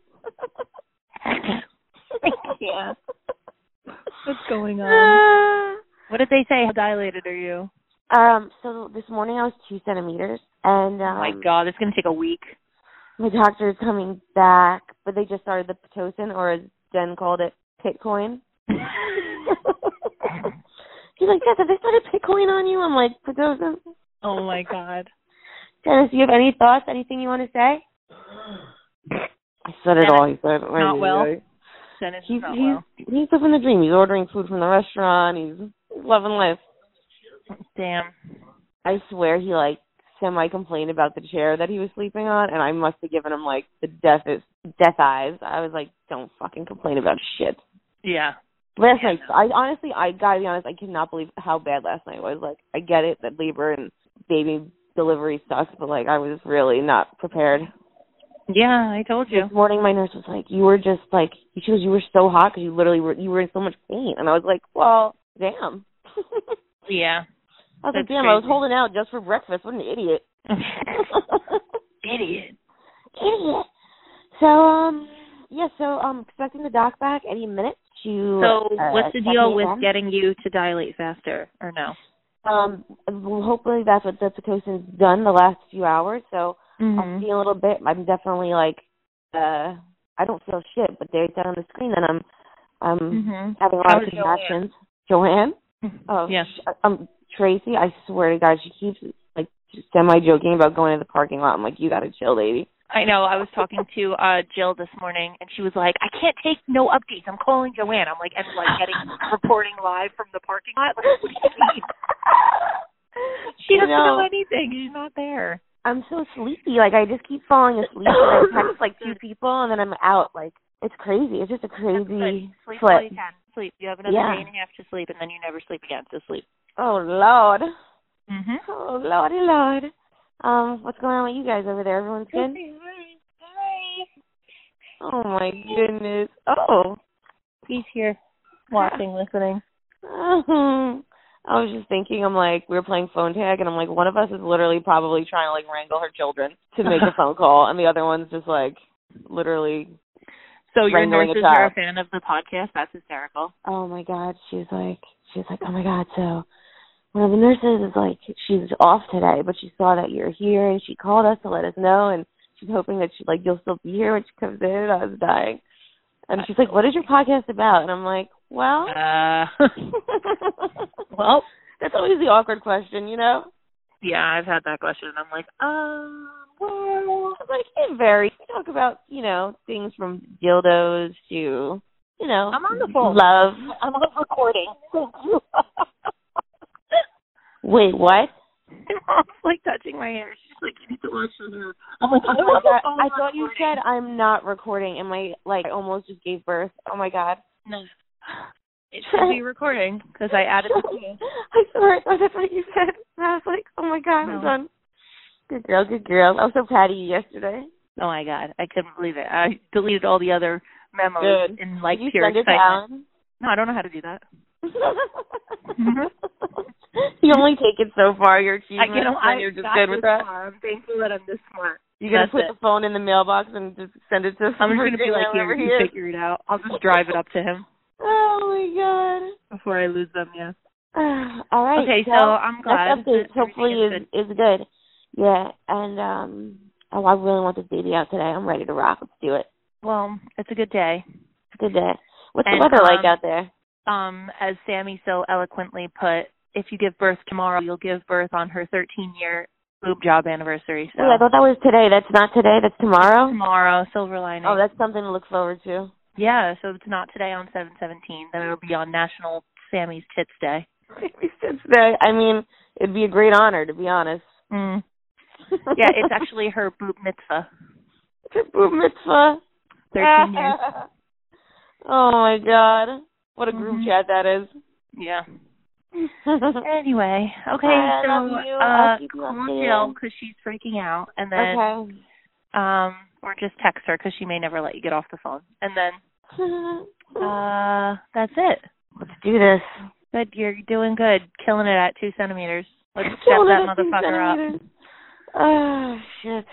yeah. What's going on? Ah. What did they say? How dilated are you? Um, so this morning I was two centimeters, and oh um, my god, it's gonna take a week. my doctor is coming back, but they just started the pitocin, or as Jen called it, Pitcoin. He's like, Jess, have they started Pitcoin on you? I'm like, pitocin. Oh my god. Dennis, you have any thoughts? Anything you want to say? I said it all. He said, Not well. Dennis is He's not he's well. he's living the dream. He's ordering food from the restaurant. He's loving life. Damn. I swear he like semi complained about the chair that he was sleeping on, and I must have given him like the deathest death eyes. I was like, don't fucking complain about shit. Yeah. Last Yeah, night, I honestly, I gotta be honest, I cannot believe how bad last night was. Like, I get it that labor and baby delivery sucks, but like, I was really not prepared. Yeah, I told you. This morning, my nurse was like, "You were just like," she goes, "You were so hot because you literally were, you were in so much pain," and I was like, "Well, damn." Yeah. I was like, That's "Damn, I was crazy. holding out just for breakfast. What an idiot." Idiot. idiot. So um, yeah. So I'm expecting the doc back any minute. To So uh, what's the check deal me with again. getting you to dilate faster or no? Um, well, hopefully that's what the Pitocin's done the last few hours. So I'm Mm-hmm. seeing a little bit. I'm definitely like, uh, I don't feel shit, but they said on the screen that I'm, I'm Mm-hmm. having a How lot of is Joanne? Mm-hmm. contractions. Joanne. Oh Yes. sh- Um, Tracy. I swear to God, she keeps like semi joking about going to the parking lot. I'm like, you gotta chill, lady. I know. I was talking to uh Jill this morning, and she was like, "I can't take no updates. I'm calling Joanne." I'm like, "And like getting reporting live from the parking lot." Like, what do you mean? She You doesn't know. know. anything. She's not there. I'm so sleepy. Like I just keep falling asleep, and I text like two people, and then I'm out. Like it's crazy. It's just a That's good. crazy Sleep all you flip. can. Sleep. You have another Yeah. day and a half to sleep, and then you never sleep again. So sleep. Oh Lord. Mm-hmm. Oh Lordy Lord. Um, what's going on with you guys over there? Everyone's good. Oh my goodness. Oh. He's here, watching, listening. Oh, I was just thinking, I'm like, we were playing phone tag, and I'm like, one of us is literally probably trying to like wrangle her children to make a phone call, and the other one's just like, literally So your Wrangling a nurses are a child. fan of the podcast. That's hysterical. oh my god she's like she's like oh my god so one of the nurses is like she's off today but she saw that you're here and she called us to let us know and she's hoping that she like you'll still be here when she comes in i was dying and she's like what is your podcast about and i'm like well Uh, well, that's always the awkward question you know yeah, I've had that question. and I'm like, um well like it varies we talk about you know things from dildos to you know I'm on the phone. love I'm on recording. wait what Mom's like touching my hair. She's like, you need to watch the hair. I'm like, I'm Oh my on the god! phone I thought you recording. said I'm not recording, and my like I almost just gave birth. Oh my god! No. It should be recording because I added the key. I swear, I thought that's what you said. And I was like, oh my god, No. I'm done. Good girl, good girl. I was so proud of you yesterday. Oh my god, I couldn't believe it. I deleted all the other memos Good. in like Did you pure send it to excitement. Alan? No, I don't know how to do that. Mhm. you only take it so far. Your I achievements, get them. and I you're just got good this with that. far. I'm thankful that I'm this smart. You're That's gonna it. put the phone in the mailbox and just send it to. I'm just gonna be Virginia like, here, whenever he you is. figure it out. I'll just drive it up to him Oh my god. before I lose them. Yeah. All right. Okay, so I'm glad Next update that hopefully is everything is good. Yeah, and um, oh, I really want this baby out today. I'm ready to rock. Let's do it. Well, it's a good day. today. What's And, the weather like um, out there? um, as Sammy so eloquently put, if you give birth tomorrow, you'll give birth on her 13 year boob job anniversary. So Wait, I thought that was today. That's not today. That's tomorrow. tomorrow, silver lining. Oh, that's something to look forward to. yeah. So it's not today on 717. Then it'll be on National Sammy's Tits Day. It's the- I mean, it'd be a great honor to be honest. Mm. Yeah, it's actually her boob mitzvah. it's a boob mitzvah. 13 years. oh my god, what a group Mhm. chat that is. Yeah. okay, Anyway, okay. I so love you. uh, I'll keep you calm updated. Jill because she's freaking out, and then um, or just text her because she may never let you get off the phone, and then uh, that's it. let's do this. Good, you're doing good. Killing it at two centimeters. Let's step Killing it that at two motherfucker up. centimeters. Oh shit.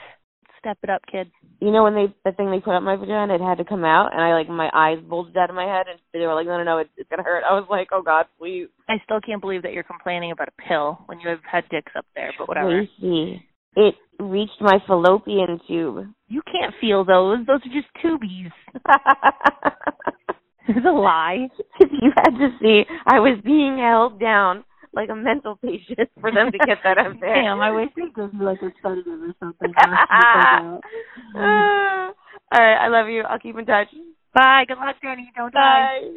Step it up, kid. you know when they the thing they put up my vagina, it had to come out, and I like my eyes bulged out of my head, and they were like, no, no, no, it's, it's gonna hurt. I was like, oh god, please. I still can't believe that you're complaining about a pill when you have had dicks up there, but whatever. Tracy, it reached my fallopian tube. You can't feel those. Those are just tubies. it's a lie. if you had to see, I was being held down like a mental patient for them to get that up there. Damn, I wish they gave you like a sedative or something. Ah. All right, I love you. I'll keep in touch. Bye. Good luck, Danny. Don't die. Bye.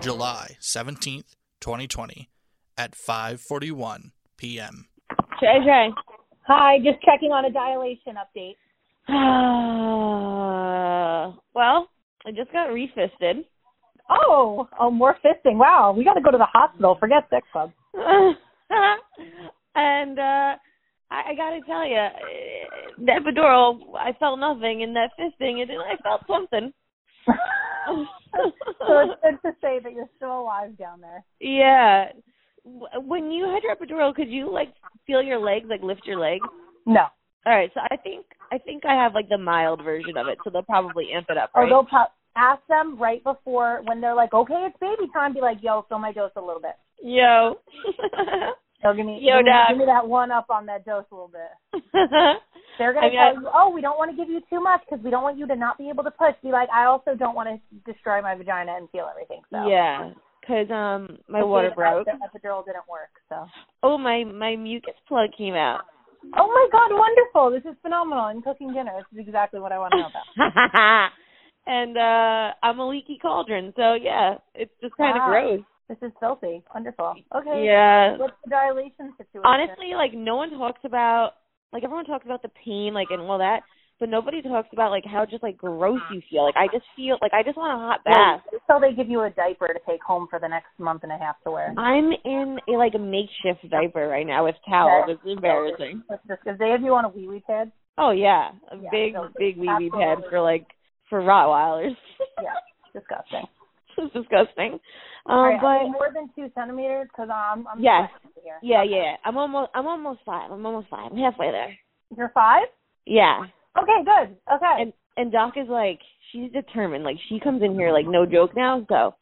July 17th, 2020 at 5:41 p.m. JJ. Hi, just checking on a dilation update. well, I just got refisted. Oh, oh, more fisting. Wow, we got to go to the hospital. Forget sex club. and uh I, I gotta tell you, that epidural, I felt nothing, and that fisting, it, I felt something. so it's good to say that you're still alive down there. yeah. W- When you had your epidural, could you like feel your legs, like lift your legs? No. All right, so I think I think I have like the mild version of it, so they'll probably amp it up, Or right? they'll pro- ask them right before when they're like, okay, it's baby time. Be like, yo, fill my dose a little bit. Yo. So give me, Yo, give, me dog. give me that one up on that dose a little bit. They're I gonna mean, tell I- you, oh, we don't want to give you too much because we don't want you to not be able to push. Be like, I also don't want to destroy my vagina and feel everything. So Yeah, because um, my Okay, water the broke. epi- epidural didn't work. So. Oh, my my mucus plug came out. Oh my God! Wonderful. This is phenomenal. And cooking dinner. This is exactly what I want to know about. and uh I'm a leaky cauldron, so yeah, it's just kind of Wow. gross. Ah. This is filthy. Wonderful. Okay. Yeah. What's the dilation situation? Honestly, like no one talks about like everyone talks about the pain, like and all that, but nobody talks about like how just like gross you feel. Like I just feel like I just want a hot bath. So they give you a diaper to take home for the next month and a half to wear. I'm in a like a makeshift diaper right now with towels. Okay. It's embarrassing. That's just because they have you on a wee wee pad. Oh yeah, a Yeah, big no, big wee wee pad absolutely. for like for Rottweilers. Yeah. Disgusting. it's disgusting. Um, All right, but I mean, more than two centimeters because I'm I'm Yes. sweating here. Yeah, yeah. I'm almost I'm almost five. I'm almost five. I'm halfway there. You're five. Yeah. Okay. Good. Okay. And and Doc is like she's determined. Like she comes in here like no joke now, so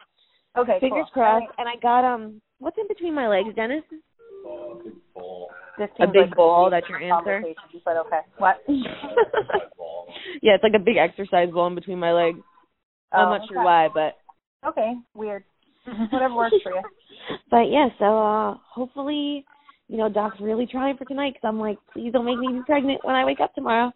okay. fingers cool. crossed. And I got um what's in between my legs, Dennis? This A seems big like ball, big that's your answer? conversation, But okay. What? yeah, it's like a big exercise ball in between my legs. I'm Oh, not sure okay. why, but Okay. Weird. Whatever works for you. But yeah, so uh hopefully, you know, Doc's really trying for tonight because I'm like, please don't make me be pregnant when I wake up tomorrow.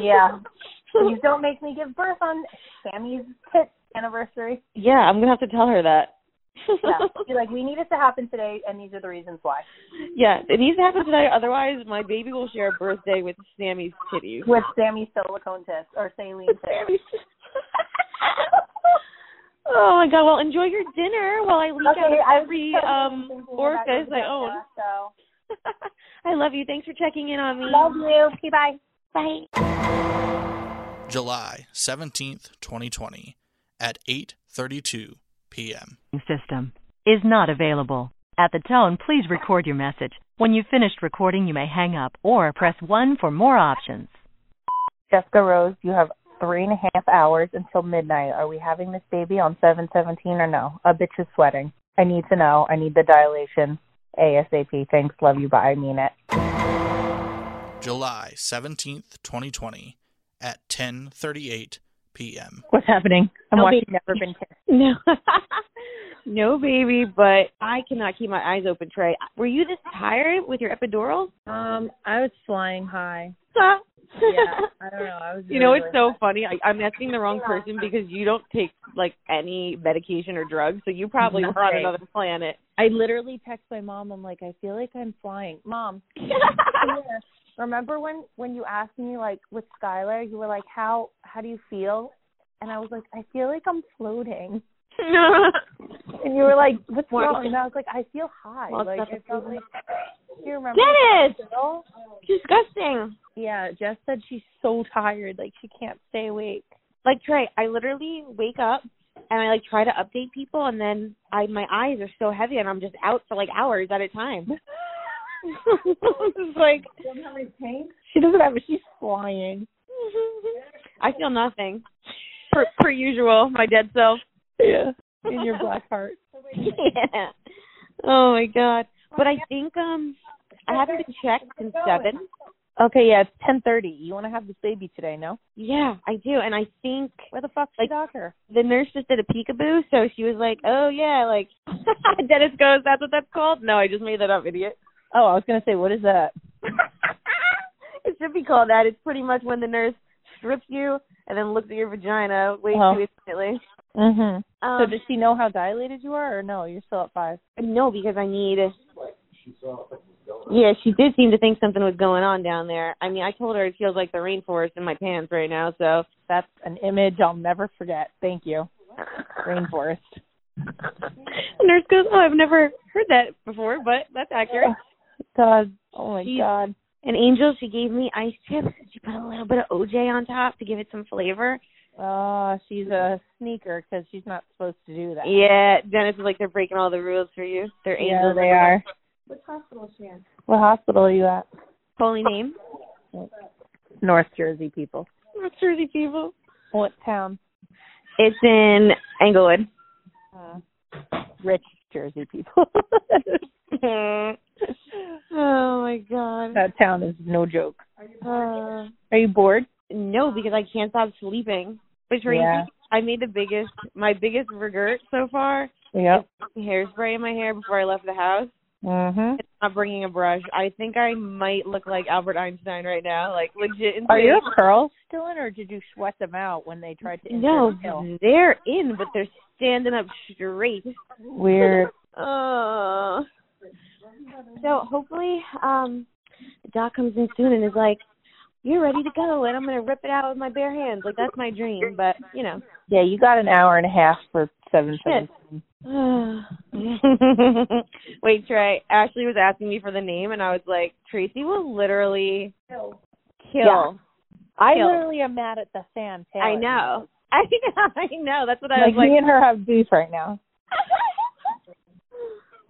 Yeah. Please don't make me give birth on Sammy's tit anniversary. yeah, I'm gonna have to tell her that. Yeah. Be like, we need it to happen today, and these are the reasons why. Yeah, it needs to happen tonight. Otherwise, my baby will share a birthday with Sammy's titties. With Sammy's silicone tits or saline tits. oh my god! Well, enjoy your dinner while I leak Okay, out I every was um thinking about orifice you, I own. Jessica, So. I love you. Thanks for checking in on me. Love you. Okay, bye. Bye. July 17th, 2020 at 8:32 p.m. system is not available. At the tone, please record your message. When you've finished recording, you may hang up or press 1 for more options. Jessica Rose, you have three and a half hours until midnight. Are we having this baby on 717 or no? A bitch is sweating. I need to know. I need the dilation ASAP. Thanks. Love you. Bye. I mean it. July 17th, 2020 at 10:38 p.m. What's happening? I'm No watching baby. Never Been Kissed. No. no, baby, but I cannot keep my eyes open, Trey. Were you this tired with your epidural? Um, I was flying high. Huh? Yeah, I don't know. I was. You know, really, it's so funny. I, I'm asking the wrong person because you don't take like any medication or drugs, so you probably were on Nothing. another planet. I literally text my mom. I'm like, I feel like I'm flying. Mom, Amir, remember when when you asked me like with Skylar, you were like, how how do you feel? And I was like, I feel like I'm floating. And you were like, what's Why- wrong? And I was like, I feel high. Well, like it's it felt like. Do you remember? Dennis! that girl? Disgusting. Yeah, Jess said she's so tired, like she can't stay awake. Like Trey, I literally wake up and I like try to update people, and then I my eyes are so heavy, and I'm just out for like hours at a time. it's like She doesn't have. She's flying. I feel nothing. Per, per usual, my dead self. Yeah. In your black heart. yeah. Oh my god. But I think um I haven't been checked since seven. Okay, yeah, it's ten thirty. You want to have this baby today, no? Yeah, I do, and I think Where the fuck's like the doctor? the nurse just did a peekaboo, so she was like, "Oh yeah, like Dennis goes, that's what that's called." No, I just made that up, idiot. Oh, I was gonna say, what is that? It should be called that. It's pretty much when the nurse strips you and then looks at your vagina way Oh. too intimately. Mhm. Um, so does she know how dilated you are, or no? You're still at five. No, because I need. Yeah, she did seem to think something was going on down there. I mean, I told her it feels like the rainforest in my pants right now. So That's an image I'll never forget. Thank you, rainforest. The nurse goes, "Oh, I've never heard that before, but that's accurate." God, oh my She's- God. An angel, she gave me ice chips. and She put a little bit of OJ on top to give it some flavor. Oh, she's a sneaker because she's not supposed to do that. Yeah, Dennis is like they're breaking all the rules for you. They're yeah, angels. they are. Which hospital is she in? What hospital are you at? Holy name. North Jersey people. North Jersey people. What town? It's in Englewood. Uh, rich Jersey people. oh my god. that town is no joke. Uh, Are you bored? no, because I can't stop sleeping. Which brings Yeah. me- I made the biggest, my biggest regret so far. Yep. Hairspray in my hair before I left the house. Mhm. It's not bringing a brush. I think I might look like Albert Einstein right now, like legit. Insane. Are your curls still in, or did you sweat them out when they tried to insert No, the pill? they're in, but they're standing up straight. Weird. Uh, so hopefully, um, the doc comes in soon and is like, "You're ready to go," and I'm gonna rip it out with my bare hands. Like that's my dream, but you know. Yeah, you got an hour and a half for seven Shit. Wait, Trey. Ashley was asking me for the name, and I was like, Tracy will literally kill. Yeah. I Kill. literally am mad at the Sam Taylor. I know. I know. I know. That's what I Like, was like. me and her have beef right now.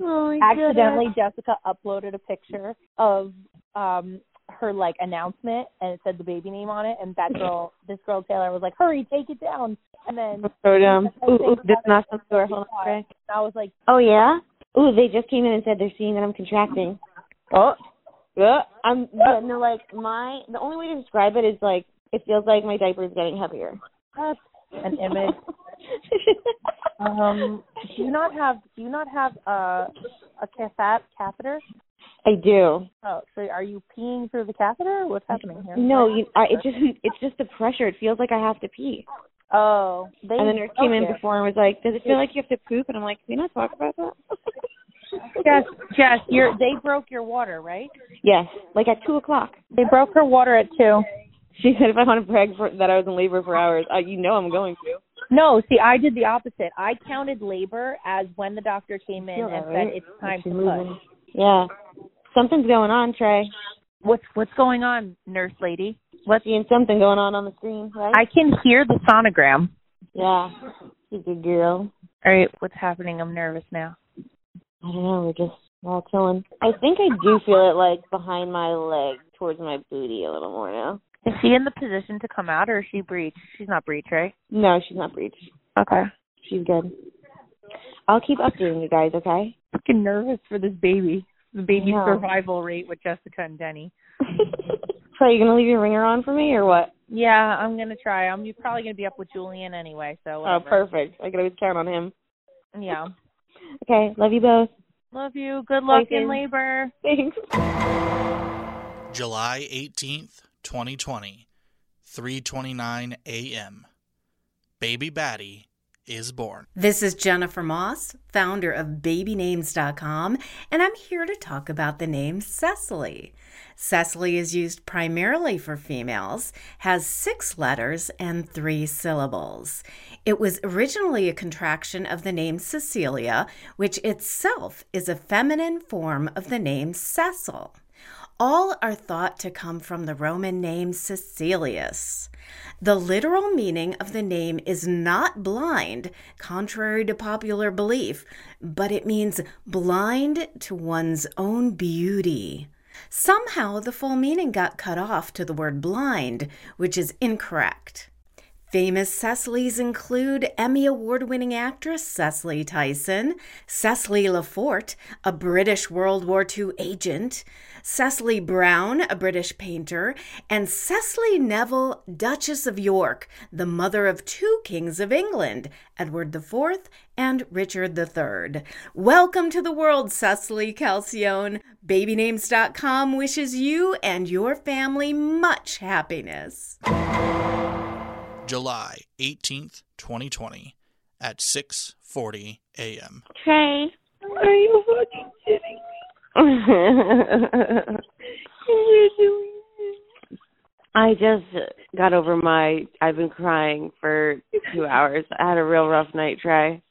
oh my Accidentally, goodness. Jessica uploaded a picture of um her like announcement, and it said the baby name on it. And that girl, this girl Taylor, was like, "Hurry, take it down!" And then So dumb. Ooh, ooh, this not some door. Hold on, Trey. I was like, Oh yeah. Ooh, they just came in and said they're seeing that I'm contracting. "Oh, Yeah. I'm. Yeah, no, like my. The only way to describe it is like it feels like my diaper is getting heavier. that's an image." Um, do you not have do you not have uh, a cath- catheter? I do. Oh, so are you peeing through the catheter? What's happening here? No, you, I, it just it's just the pressure. It feels like I have to pee. Oh, they And the nurse came in okay. before and was like, "Does it feel like you have to poop?" And I'm like, "Can we not talk about that?" Yes, yes. You're, they broke your water, right? Yes, like at two o'clock. They broke her water at two. She said if I want to brag for, that I was in labor for hours, I, you know I'm going to. No, see, I did the opposite. I counted labor as when the doctor came in Yeah, and right. said it's time to moving. push. Yeah, something's going on, Trey. What's what's going on, nurse lady? What's seeing something going on on the screen, right? I can hear the sonogram. Yeah. She's a girl. All right, what's happening? I'm nervous now. I don't know. We're just all chilling. I think I do feel it like behind my leg, towards my booty a little more now. Is she in the position to come out or is she breech? She's not breech, right? No, she's not breached. Okay. She's good. I'll keep updating you guys, okay? Fucking nervous for this baby. The baby Yeah. survival rate with Jessica and Denny. So are you gonna leave your ringer on for me or what? Yeah, I'm gonna try. I'm probably gonna be up with Julian anyway, so Oh, whatever. perfect. I can always count on him. Yeah. Okay, love you both. Love you. Good luck Thank in you. labor. Thanks. July 18th, 2020, 3:29 a.m. Baby Batty is born. This is Jennifer Moss, founder of babynames.com, and I'm here to talk about the name Cecily. Cecily is used primarily for females, has six letters and three syllables. It was originally a contraction of the name Cecilia, which itself is a feminine form of the name Cecil. All are thought to come from the Roman name Cecilius. The literal meaning of the name is not blind, contrary to popular belief, but it means blind to one's own beauty. Somehow, the full meaning got cut off to the word blind, which is incorrect. Famous Cecilys include Emmy Award winning actress Cecily Tyson, Cecily Lafort, a British World War II agent, Cecily Brown, a British painter, and Cecily Neville, Duchess of York, the mother of two kings of England, Edward IV and Richard III. Welcome to the world, Cecily Calcione. Babynames.com wishes you and your family much happiness. July 18th, 2020, at 6:40 a.m. Trey. Are you fucking kidding I just got over my I've been crying for two hours. I had a real rough night, Trey.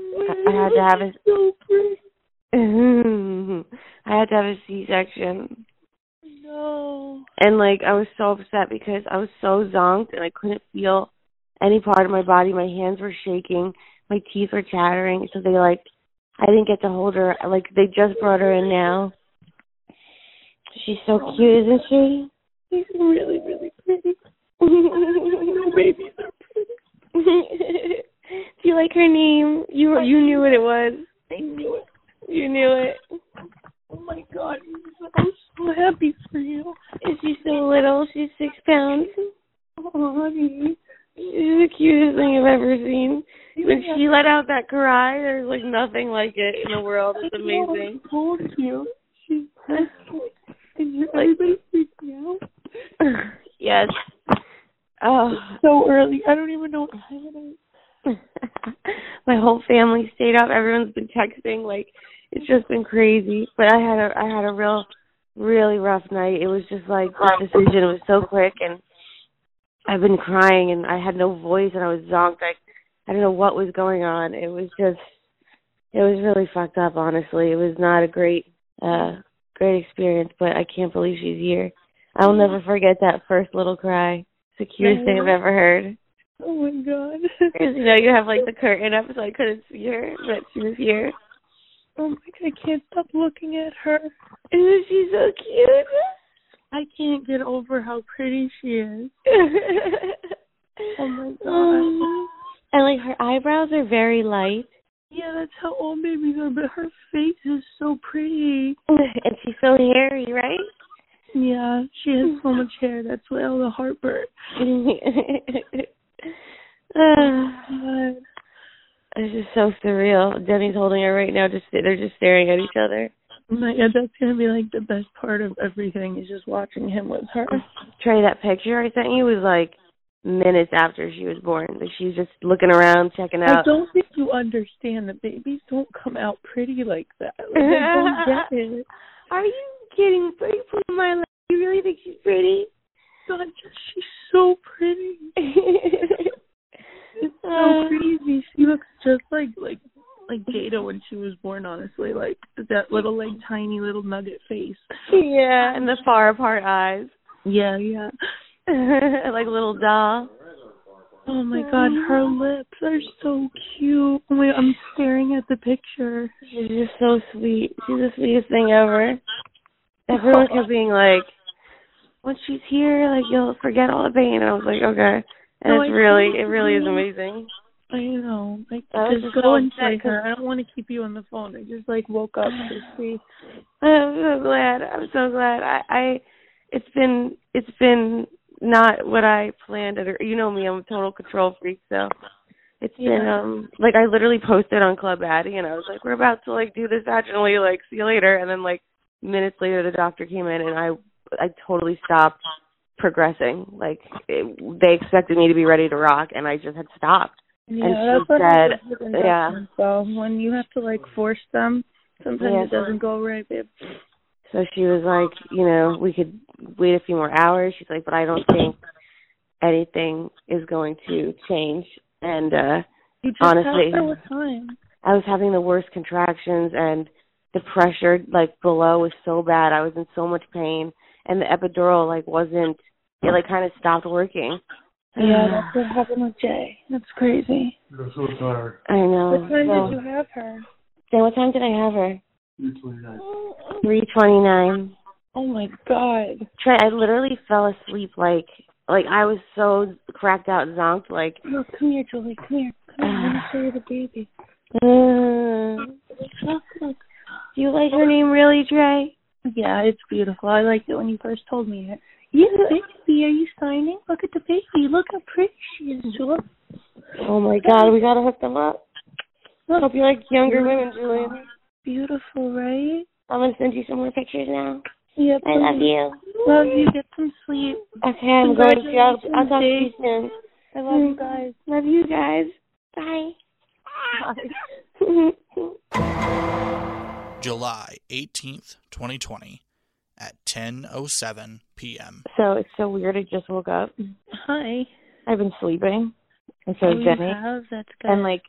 I, I had to have a I had to have a C section. No. And like I was so upset because I was so zonked and I couldn't feel any part of my body. My hands were shaking, my teeth were chattering, so they like I didn't get to hold her. Like they just brought her in now. She's so cute, isn't she? He's really, really pretty. Your babies are pretty. Do you like her name? You you knew what it was. I knew it. You knew it. Oh my god. I'm so happy for you. And she's so little. She's six pounds. Oh, honey. She's the cutest thing I've ever seen. When Yeah. she let out that cry, there's like nothing like it in the world. It's I know, amazing. I told you. She's perfect. And you everybody freaked me out. Yes. Oh, So early. I don't even know what time it is. my whole family stayed up. Everyone's been texting. Like it's just been crazy. But I had a I had a real really rough night. It was just like the decision was so quick, and I've been crying, and I had no voice, and I was zonked. Like I don't know what was going on. It was just it was really fucked up. Honestly, it was not a great uh great experience. But I can't believe she's here. I'll never forget that first little cry. It's the cutest thing I've ever heard. Oh my god. Because you know you have like the curtain up, so I couldn't see her, but she was here. Oh my god, I can't stop looking at her. Isn't she so cute? I can't get over how pretty she is. oh my god. Um, and like her eyebrows are very light, yeah, that's how all babies are, but her face is so pretty. and she's so hairy, right? Yeah, she has so much hair. That's why all the heartburn. Uh, it's just so surreal. Denny's holding her right now. Just they're just staring at each other. Oh my god, that's gonna be like the best part of everything is just watching him with her. Trey, that picture I sent you was like minutes after she was born. Like she was just looking around, checking I out. don't think you understand that babies don't come out pretty like that. Like, they don't get it. Are you kidding? Pretty from my life. You really think she's pretty? God, she's so pretty. it's Uh, so crazy. She looks just like like like Jada when she was born. Honestly, like that little like tiny little nugget face. Yeah, and the far apart eyes. Yeah, yeah. like little doll. Oh my god, her lips are so cute. Oh my, I'm staring at the picture. She's just so sweet. She's the sweetest thing ever. Everyone kept being like, "When she's here, like you'll forget all the pain." I was like, "Okay," and No, I it's really, can't it really is believe- amazing. I know. Like, I was just so go and upset take her. 'cause- I don't want to keep you on the phone. I just like woke up to see. I'm so glad. I'm so glad. I, I, it's been, it's been not what I planned. At, you know me. I'm a total control freak, so it's been Yeah. um like I literally posted on Club Addy, and I was like, we're about to like do this vaginally. Like, see you later. And then like minutes later, the doctor came in, and I, I totally stopped progressing. Like it, they expected me to be ready to rock, and I just had stopped. and Yeah, she that's what happens said, with yeah. inductions, though. When you have to like force them, sometimes Yeah. it doesn't go right, babe. So she was like, you know, we could wait a few more hours. She's like, but I don't think anything is going to change. And uh You just honestly, asked her what time. I was having the worst contractions and the pressure like below was so bad. I was in so much pain and the epidural like wasn't it like kind of stopped working. Yeah, that's what happened with Jay. That's crazy. I'm so tired. I know. What time so- did you have her? Then what time did I have her? Three twenty nine. Oh my god. Trey, I literally fell asleep like like I was so cracked out, zonked like Look, Oh, come here, Julie. Come here. Come here. Let me show you the baby. Look, look. Do Mm. you like her name really, Trey? Yeah, it's beautiful. I liked it when you first told me it. Yeah, baby, are you signing? Look at the baby. Look how pretty she is, Julie. Oh my god, we gotta hook them up. Look. Hope you like younger women, Julian. Beautiful, right? I'm gonna send you some more pictures now. Yep. I love you. Love you. Get some sleep. Okay, I'm going to I'll, I'll talk to you Congratulations, soon. I love you guys. Love you guys. Bye. July 18th, 2020 at 10:07 p.m. so it's so weird. I just woke up. Hi. I've been sleeping, and so Oh, is you Jenny, have? That's good. and like,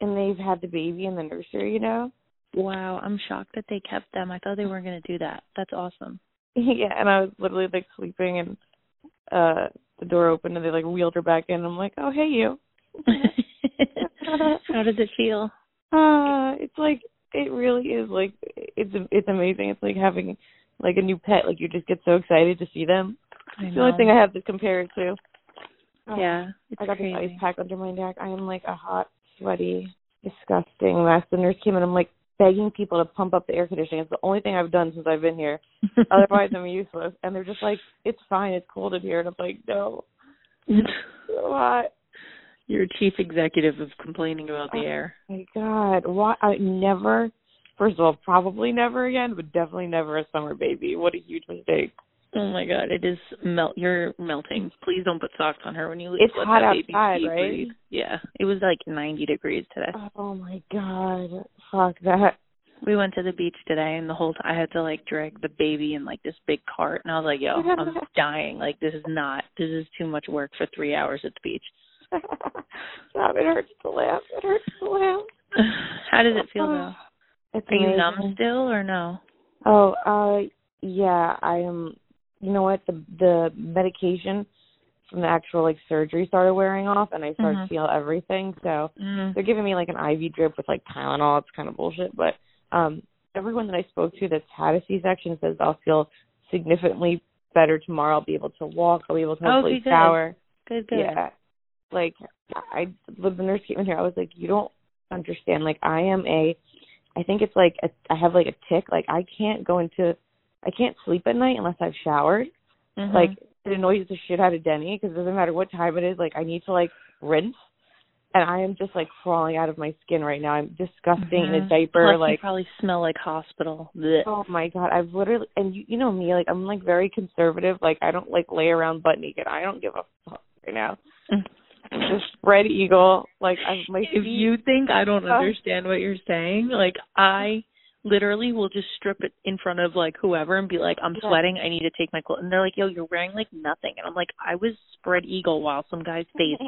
and they've had the baby in the nursery. You know. Wow, I'm shocked that they kept them. I thought they weren't going to do that. That's awesome. yeah, and I was literally like sleeping, and uh the door opened, and they like wheeled her back in. I'm like, oh hey you. How does it feel? Uh, it's like it really is like it's it's amazing. It's like having like a new pet. Like you just get so excited to see them. I It's the only know. thing I have to compare it to. Oh, Yeah, it's I got crazy. this ice pack under my neck. I am like a hot, sweaty, disgusting mess. The nurse came in. I'm like begging people to pump up the air conditioning. It's the only thing I've done since I've been here. Otherwise, I'm useless. And they're just like, it's fine. It's cold in here. And I'm like, no, it's so hot. You're chief executive of complaining about Oh. the air. My God, why? I never. First of all, probably never again, but definitely never a summer baby. What a huge mistake. Oh my god, it is melt. You're melting. Please don't put socks on her when you. It's let hot that baby outside, deep right? breathe. Yeah, it was like 90 degrees today. Oh my god, fuck that. We went to the beach today, and the whole time I had to like drag the baby in like this big cart, and I was like, "Yo, I'm dying! Like this is not. This is too much work for three hours at the beach." Stop! It hurts to laugh. It hurts to laugh. How does it feel though? It's Are you amazing. numb still or no? Oh, uh, yeah. I am. You know what? The the medication from the actual like surgery started wearing off, and I started Mhm. to feel everything. So Mm. they're giving me like an IV drip with like Tylenol. It's kind of bullshit, but um, everyone that I spoke to that's had a C-section says I'll feel significantly better tomorrow. I'll be able to walk. I'll be able to Oh, hopefully okay, good. shower. Good, good. Yeah. Like I I- when the nurse came in here, I was like, You don't understand. Like I am a I think it's like a, I have like a tick. Like I can't go into I can't sleep at night unless I've showered. Mhm. Like it annoys the shit out of Denny because it doesn't matter what time it is. Like I need to like rinse, and I am just like crawling out of my skin right now. I'm disgusting in a Mhm. diaper. Plus you like probably smell like hospital. Blech. Oh my god, I've literally and you you know me, like I'm like very conservative. Like I don't like lay around butt naked. I don't give a fuck right now. I'm just spread eagle. Like I'm my Mm. if feet- you think I don't Oh. understand what you're saying, like I literally will just strip it in front of like whoever and be like, I'm Yeah. sweating, I need to take my clothes and they're like, Yo, you're wearing like nothing and I'm like, I was spread eagle while some guy's face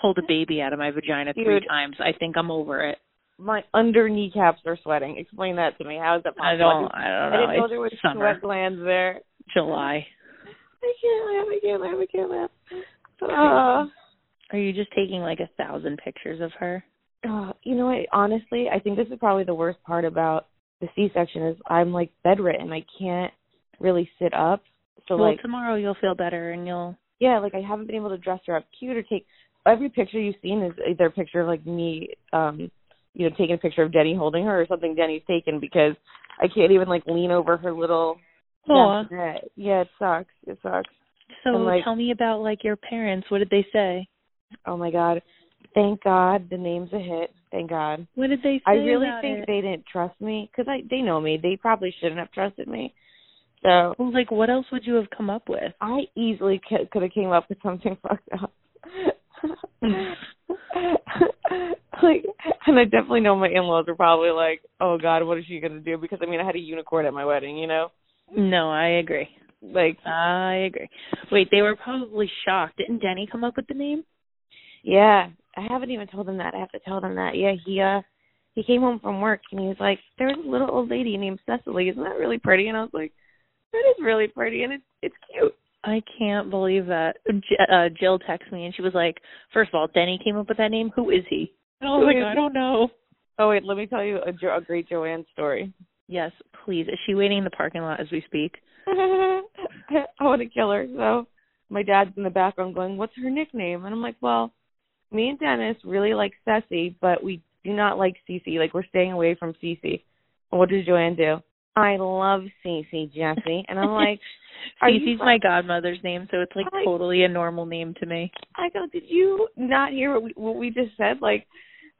pulled a baby out of my vagina three Dude. times. I think I'm over it. my under kneecaps are sweating. Explain that to me. How is that I possible? don't- I don't know. I didn't know It's there was summer. sweat glands there. July. I can't laugh. I can't laugh. I can't laugh. Ah. Are you just taking like a thousand pictures of her? Uh, you know what? Honestly, I think this is probably the worst part about the C-section is I'm like bedridden. I can't really sit up. So well, like tomorrow you'll feel better and you'll. yeah, like I haven't been able to dress her up cute or take every picture you've seen is either a picture of like me, um, you know, taking a picture of Denny holding her or something Denny's taken because I can't even like lean over her little Aw. bassinet. Yeah, it sucks. It sucks. So And, like- tell me about like your parents. What did they say? Oh my god. Thank God the name's a hit. Thank God. What did they say? I really about think it? they didn't trust me because I they know me. They probably shouldn't have trusted me. So well, like, what else would you have come up with? I easily could could have came up with something fucked up. like, and I definitely know my in-laws are probably like, "Oh God, what is she gonna do?" Because I mean, I had a unicorn at my wedding, you know. No, I agree. Like I agree. Wait, they were probably shocked. Didn't Denny come up with the name? Yeah, I haven't even told him that. I have to tell them that. Yeah, he uh he came home from work and he was like, "There was a little old lady named Cecily. Isn't that really pretty?" And I was like, "That is really pretty, and it's it's cute." I can't believe that. J- uh, Jill texted me and she was like, first of all, Denny came up with that name. Who is he? And I was like, I don't know. Oh wait, let me tell you a, jo- a great Joanne story. Yes, please. Is she waiting in the parking lot as we speak? I want to kill her. So my dad's in the background going, "What's her nickname?" And I'm like, "Well, me and Dennis really like Ceci, but we do not like Cece. Like we're staying away from Cece." And what does Joanne do? I love Cece, Jesse. And I'm like, Are you Cece's fu- my godmother's name, so it's like I- totally a normal name to me. I go, did you not hear what we, what we just said? Like,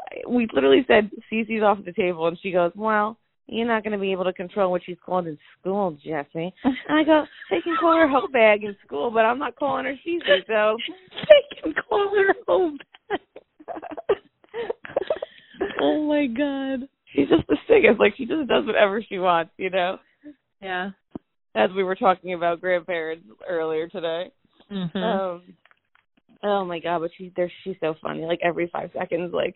I- we literally said Cece's off the table, and she goes, well, you're not going to be able to control what she's called in school, Jesse. And I go, they can call her hoe bag in school, but I'm not calling her Cece, so. they can call her hoe oh my god. She's just the sickest. Like, she just does whatever she wants, you know? Yeah. As we were talking about grandparents earlier today. Mm-hmm. Um, oh my god, but she's there. She's so funny. Like every five seconds, like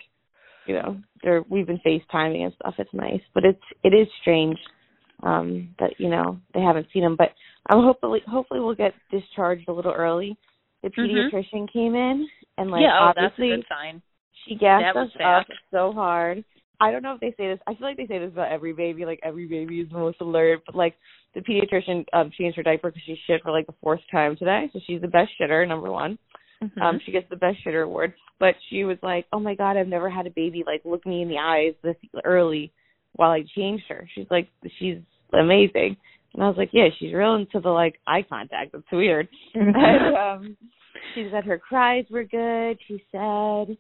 you know, they're we've been FaceTiming and stuff. It's nice, but it's it is strange um that you know they haven't seen him. But I'm hopefully hopefully we'll get discharged a little early. The Mhm. pediatrician came in and like yeah, oh, that's a obviously good sign. she gassed That was us up fast. so hard. I don't know if they say this. I feel like they say this about every baby. Like every baby is the most alert. But like the pediatrician um changed her diaper because she shit for like the fourth time today. So she's the best shitter, number one. Mm-hmm. Um, she gets the best shitter award. But she was like, "Oh my god, I've never had a baby like look me in the eyes this early." While I changed her, she's like, "She's amazing." And I was like, "Yeah, she's real into the like eye contact. That's weird." Mm-hmm. and, um, she said her cries were good. She said,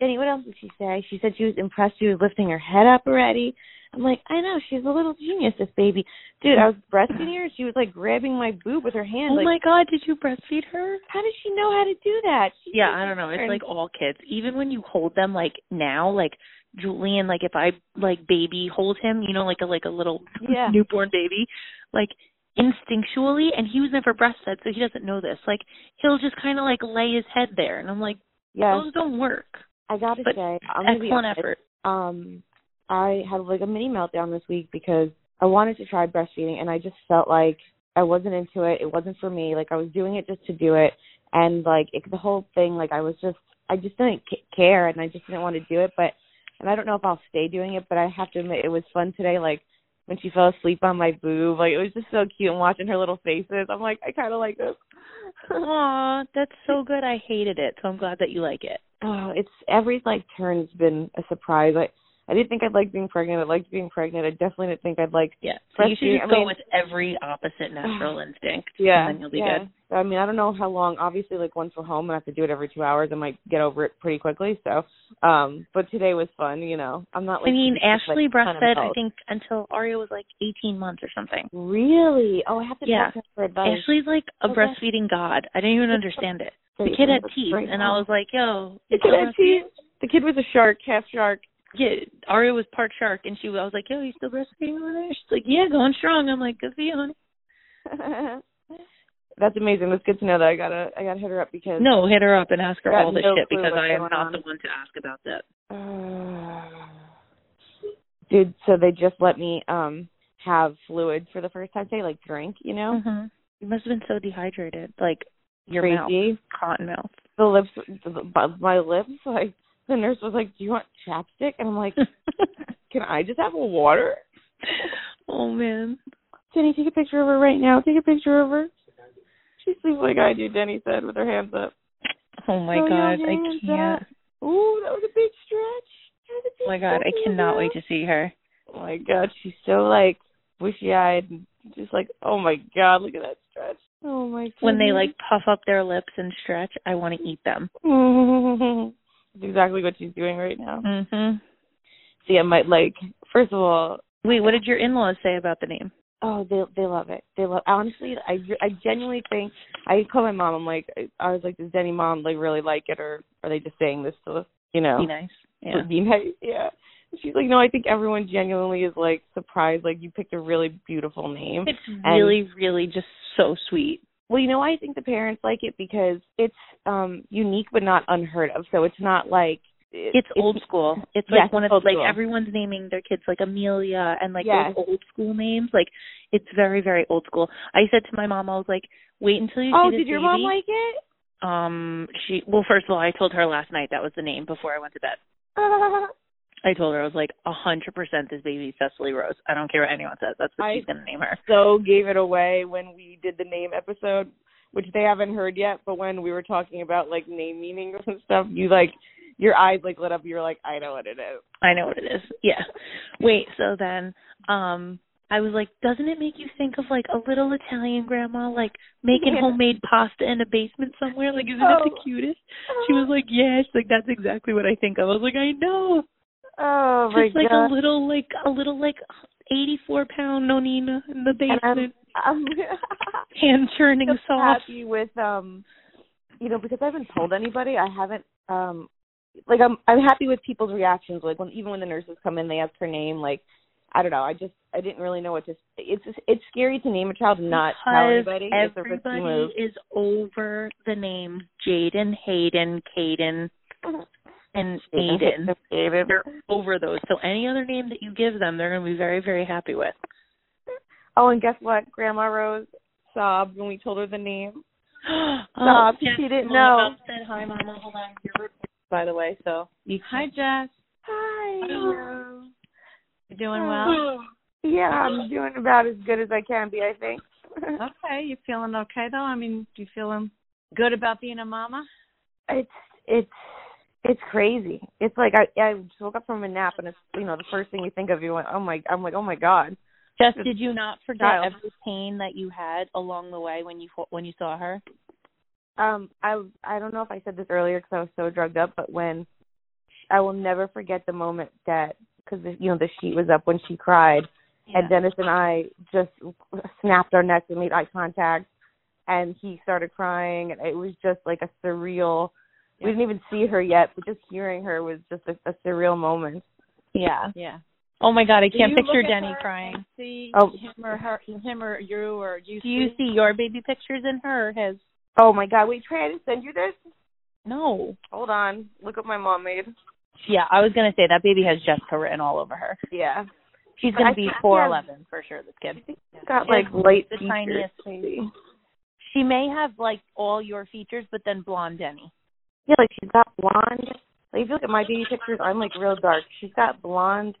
Jenny, what else did she say? She said she was impressed. She was lifting her head up already. I'm like, I know she's a little genius, this baby, dude. I was breastfeeding her. She was like grabbing my boob with her hand. Oh like, my god, did you breastfeed her? How does she know how to do that? She Yeah, I don't know. It's and- like all kids. Even when you hold them like now, like Julian, like if I like baby hold him, you know, like a like a little Yeah. newborn baby, like instinctually and he was never breastfed, so he doesn't know this. Like he'll just kinda like lay his head there and I'm like, Yes. those don't work. I gotta But say, I'm gonna be excellent honest, effort. Um, I had like a mini meltdown this week because I wanted to try breastfeeding, and I just felt like I wasn't into it. It wasn't for me. Like I was doing it just to do it, and like it, the whole thing, like I was just, I just didn't c- care, and I just didn't want to do it. But, and I don't know if I'll stay doing it, but I have to admit it was fun today. Like when she fell asleep on my boob, like it was just so cute, and watching her little faces, I'm like, I kind of like this. Aw, that's so good. I hated it, so I'm glad that you like it. Oh, it's every like turn's been a surprise. I I didn't think I'd like being pregnant. I liked being pregnant. I definitely didn't think I'd like Yeah. So you should breastfeeding. just I go mean- with every opposite natural instinct. yeah, And then you'll be yeah. good. So, I mean, I don't know how long. Obviously, like once we're home, and I have to do it every two hours. I might get over it pretty quickly. So, um, but today was fun. You know, I'm not. Like, I mean, just, like, Ashley ton of breastfed, I milk. think, until Aria was like 18 months or something. Really? Oh, I have to Yeah. talk to her for advice. Ashley's like a Okay. breastfeeding god. I didn't even understand it. The Great, kid had that's teeth, great. and I was like, yo. The is kid that had teeth. The kid was a shark, half shark. breastfeeding? Yeah, Aria was part shark, and she was, I was like, yo, you still breastfeeding over there? She's like, yeah, going strong. I'm like, good for you, honey. That's amazing. That's good to know that I gotta I gotta hit her up because No, hit her up and ask her I got all this no shit clue because what's I am going not on. the one to ask about that. uh, dude so they just let me um have fluid for the first time today like drink you know You must have been so dehydrated, like your Crazy. mouth, cotton mouth. The lips, the, the, my lips. Like the nurse was like, "Do you want chapstick?" And I'm like, "Can I just have a water?" Oh man, Jenny, take a picture of her right now. Take a picture of her. She sleeps like I do. Jenny said with her hands up. Oh my So your god, I hands can't. up. Ooh, that was a big stretch. Oh my god, I cannot wait to see her. Oh my god, she's so like wishy eyed and just like, oh my god, look at that stretch. Oh my god. When they like puff up their lips and stretch, I want to eat them. That's exactly what she's doing right now. Mhm. See, I might like first of all Wait, what did your in-laws say about the name? Oh, they they love it. They love honestly. I I genuinely think I call my mom. I'm like I was like, does any mom like really like it, or are they just saying this to you know Be nice. Oh. Yeah. be nice? Yeah. She's like, no, I think everyone genuinely is like surprised. Like you picked a really beautiful name. It's And- really, really just so sweet. well, you know why I think the parents like it because it's um unique but not unheard of. So it's not like it- It's old school. It's Yes, like one of old like school. everyone's naming their kids like Amelia and like Yes. those old school names. Like it's very, very old school. I said to my mom, I was like, wait until you Oh, see this did your mom baby. like it? Um, she well, first of all, I told her last night that was the name before I went to bed. I told her I was like, a hundred percent, this baby's Cecily Rose. I don't care what anyone says. That's what I- she's gonna name her. so gave it away when we did the name episode, which they haven't heard yet. But when we were talking about like name meanings and stuff, you like your eyes like lit up. You were like, I know what it is. I know what it is. Yeah. Wait. So then, um, I was like, doesn't it make you think of like a little Italian grandma, like making Yeah. homemade pasta in a basement somewhere? Like, isn't it Oh. the cutest? She was like, yeah. She's like, that's exactly what I think of. I was like, I know. Oh Just like a little, like a little, like eighty-four pound nonina in the And I'm- basement, I'm hand churning so sauce. happy with um, you know, because I haven't told anybody. I haven't um, like I'm I'm happy with people's reactions. Like when even when the nurses come in, they ask her name. Like I don't know. I just I didn't really know what to. It's it's scary to name a child and not tell Because anybody. It's a risky move. everybody is over the names Jaden, Hayden, Caden, and Aiden. They're over those. So any other name that you give them, they're going to be very, very happy with. Oh, and guess what? Grandma Rose sobbed when we told her the name. Oh, sobbed. yes, she didn't Mama know. Said hi, Mama. Hold on. You're recording, by the way, so you Hi, Jess. Hi. You doing well? Yeah, I'm doing about as good as I can be, I think. okay, you feeling okay though? I mean, do you feeling good about being a mama? It's it's it's crazy. It's like I I just woke up from a nap and it's you know the first thing you think of you went oh my I'm like oh my god. Jess, did you not forget Child. every pain that you had along the way when you fo- when you saw her? Um, I I don't know if I said this earlier because I was so drugged up, but when I will never forget the moment that because you know the sheet was up when she cried, and Dennis and I just snapped our necks and made eye contact, and he started crying, and it was just like a surreal. We didn't even see her yet, but just hearing her was just a, a surreal moment. Yeah. Yeah. Oh my God, I Do can't you picture look at Denny her crying. and See Oh. him or her, him or you, or do you Do you see? see your baby pictures in her or his? Oh my God! Wait, Trey, I didn't send you this. No. Hold on. Look what my mom made. Yeah, I was gonna say that baby has Jessica written all over her. Yeah. She's But I gonna be think she four has- eleven for sure. This kid got She like has light the features. tiniest baby. She may have like all your features, but then blonde Denny. Yeah, like she's got blonde. Like if you look at my baby pictures, I'm like real dark. She's got blonde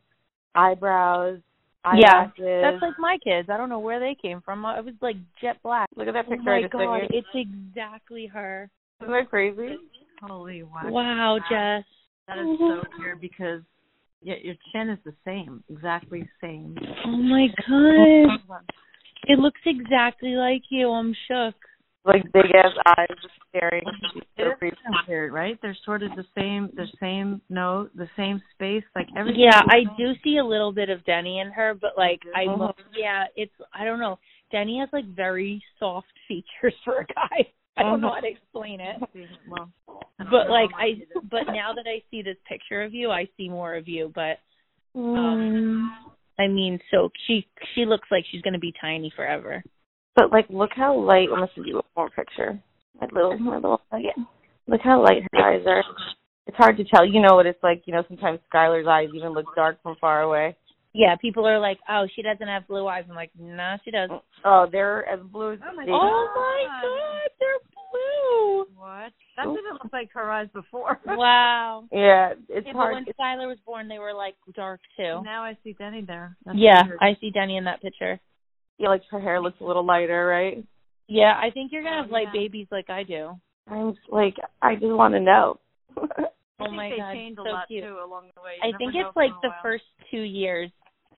eyebrows, eyelashes. Yeah, that's like my kids. I don't know where they came from. I was like jet black. Look at that Oh picture I my just sent god, you. it's exactly her. Isn't that crazy? Holy wow! Wow, Jess. That is so weird because yeah, your chin is the same, exactly same. Oh my god, it looks exactly like you. I'm shook. Like big ass eyes just staring. It is kind of weird, right? They're sort of the same, the same no, the same space, like everything. Yeah, I do see a little bit of Denny in her, but like I Mhm. yeah, it's I don't know. Denny has like very soft features for a guy. I don't know Mhm. how to explain it. Well, But like I but now that I see this picture of you, I see more of you, but Mm. um I mean, so she she looks like she's going to be tiny forever. But like, look how light. I'm gonna send you one more picture. My little, my little nugget. Look how light her eyes are. It's hard to tell. You know what it's like. You know, sometimes Skylar's eyes even look dark from far away. yeah, people are like, "Oh, she doesn't have blue eyes." I'm like, "No, she doesn't." Oh, they're as blue as oh my they- god. Oh my god, they're blue. What? That didn't look like her eyes before. Wow. Yeah, it's Yeah, but hard. when Skylar was born, they were like dark too. Now I see Denny there. yeah, I see Denny in that picture. Yeah, like her hair looks a little lighter, right? Yeah, I think you're gonna have light babies like I do. I'm just like, I just want to know. oh my they god, changed a so lot cute. too along the way. You I never think know it's for like a the while. first two years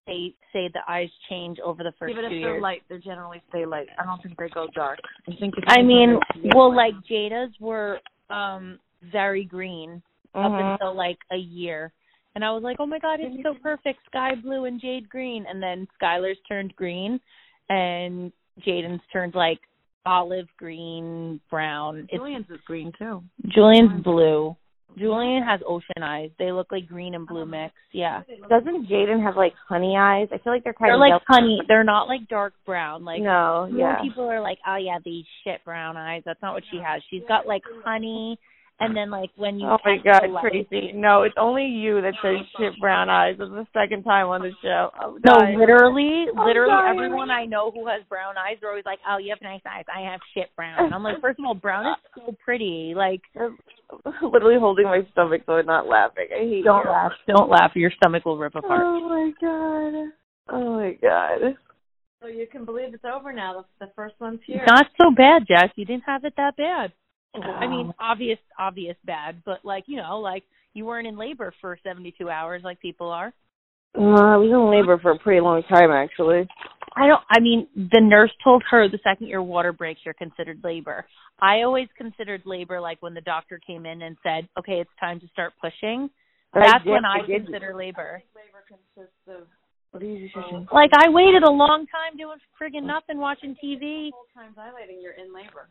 they say the eyes change over the first Yeah, but two if they're years. light, they generally stay light. I don't think they go dark. I think. If I mean, Yeah. well, like Jada's were um very green Mhm. Mm-hmm. up until like a year, and I was like, oh my god, it's so perfect, sky blue and jade green, and then Skylar's turned green, and Jaden's turned like olive green brown. It's Julian's is green too. Julian's blue. Julian has ocean eyes. They look like green and Oh. blue mix. Yeah. Doesn't Jaden have like honey eyes? I feel like they're kind They're of like yellow. honey. They're not like dark brown. Like No, more yeah. people are like, oh yeah, these shit brown eyes. That's not what she has. She's got like honey, and then like when you Oh my catch god, the light- Tracy! No, it's only you that says shit brown eyes. It's the second time on the show. Oh, I'm No, dying. literally, I'm literally dying. everyone I know who has brown eyes, they're always like, "Oh, you have nice eyes. I have shit brown." And I'm like, first of all, brown is so pretty. Like, literally holding my stomach so I'm not laughing. I hate don't you. laugh, don't laugh. Your stomach will rip apart. Oh my god. Oh my god. So you can believe it's over now. The, the first Oh, one's here. Not so bad, Jess. You didn't have it that bad. I Wow. mean, obvious, obvious bad, but like you know, like you weren't in labor for seventy-two hours like people are. Uh, I was in labor for a pretty long time, actually. I don't. I mean, the nurse told her the second your water breaks, you're considered labor. I always considered labor like when the doctor came in and said, "Okay, it's time to start pushing." But I That's did- when I I did- consider labor. What are you saying? Like I waited a long time doing friggin' nothing, watching TV. Times dilating, you're in labor.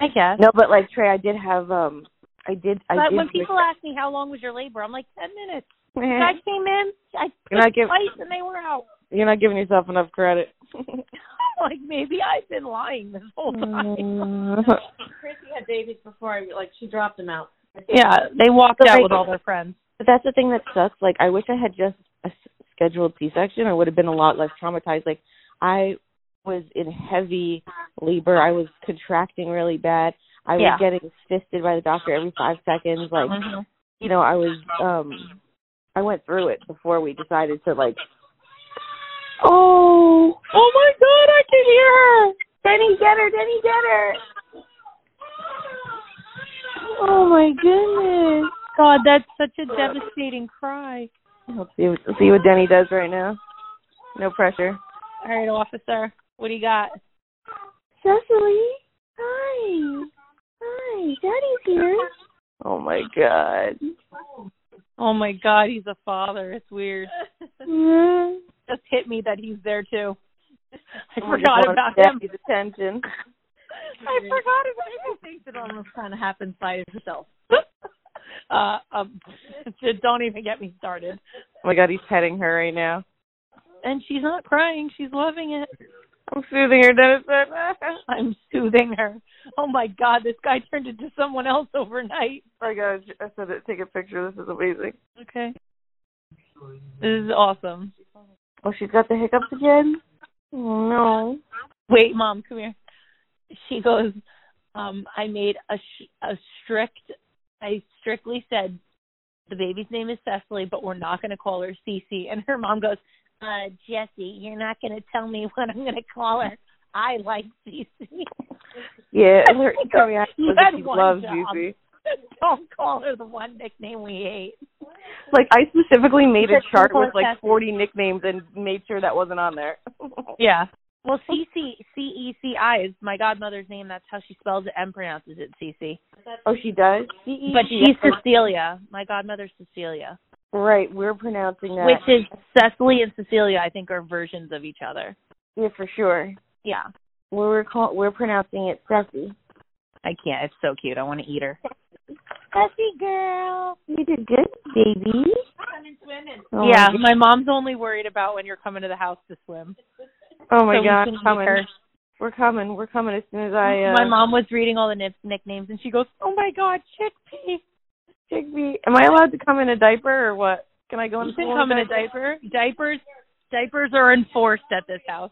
I guess. No, but like Trey, I did have um, I did, I But did. when wish- people ask me how long was your labor, I'm like ten minutes. The Mhm. guy came in, Eh. I You're not clicked giving- twice, and they were out. You're not giving yourself enough credit. like maybe I've been lying this whole time. Chrissy had babies before. I like she dropped them out. yeah, they walked But, out like- with all their friends. But that's the thing that sucks. Like, I wish I had just a s- scheduled C-section. I would have been a lot less traumatized. Like, I was in heavy labor. I was contracting really bad. I was Yeah. getting fisted by the doctor every five seconds. Like, Mm-hmm. Mhm. you know, I was um, I went through it before we decided to like. Oh, oh my God! I can hear her. Denny, get her! Denny, get her! Oh my goodness! God, that's such a devastating cry. Let's see, what- see what Denny does right now. No pressure. All right, officer, what do you got? Cecily, hi, hi, Daddy's here. Oh my god. Oh my God, he's a father. It's weird. Just hit me that he's there too. I Oh, forgot just wanted about him. Daddy's attention. Oh I forgot about him. I think it almost kind of happens by himself. uh, um, don't even get me started. Oh my god, he's petting her right now. And she's not crying. She's loving it. I'm soothing her, Dennis. "Ah, I'm soothing her. Oh my God, this guy turned into someone else overnight. I gotta Oh, I said it, take a picture. This is amazing. Okay. This is awesome. Oh, she's got the hiccups again? Oh no. Wait, mom, come here. She goes, um, I made a sh- a strict. I strictly said the baby's name is Cecily, but we're not going to call her Cece. And her mom goes, uh, Jesse, you're not going to tell me what I'm going to call her. I like Cece. Yeah, her her reaction You was had that she one loves job. Juicy. Don't call her the one nickname we hate. Like I specifically made a Because chart people with are like testing. 40 nicknames and made sure that wasn't on there. Yeah. Well, Cece, C E C I is my godmother's name. That's how she spells it and pronounces it, Cece. Oh, she does. But she's Cecilia. My godmother's Cecilia, Right, we're pronouncing that. which is Cecily and Cecilia. I think are versions of each other. yeah, for sure. Yeah. We're call- we're pronouncing it Ceci. I can't. It's so cute. I want to eat her. Ceci girl. You did good, baby. Coming swimming. Oh yeah, my my mom's only worried about when you're coming to the house to swim. Oh my So we god, can make coming. her- We're coming. We're coming as soon as I. Uh, my mom was reading all the nip- nicknames, and she goes, "Oh my god, chickpea." Chickpea. Am I allowed to come in a diaper or what? Can I go in You can school come in a without diaper. Diapers, diapers are enforced at this house.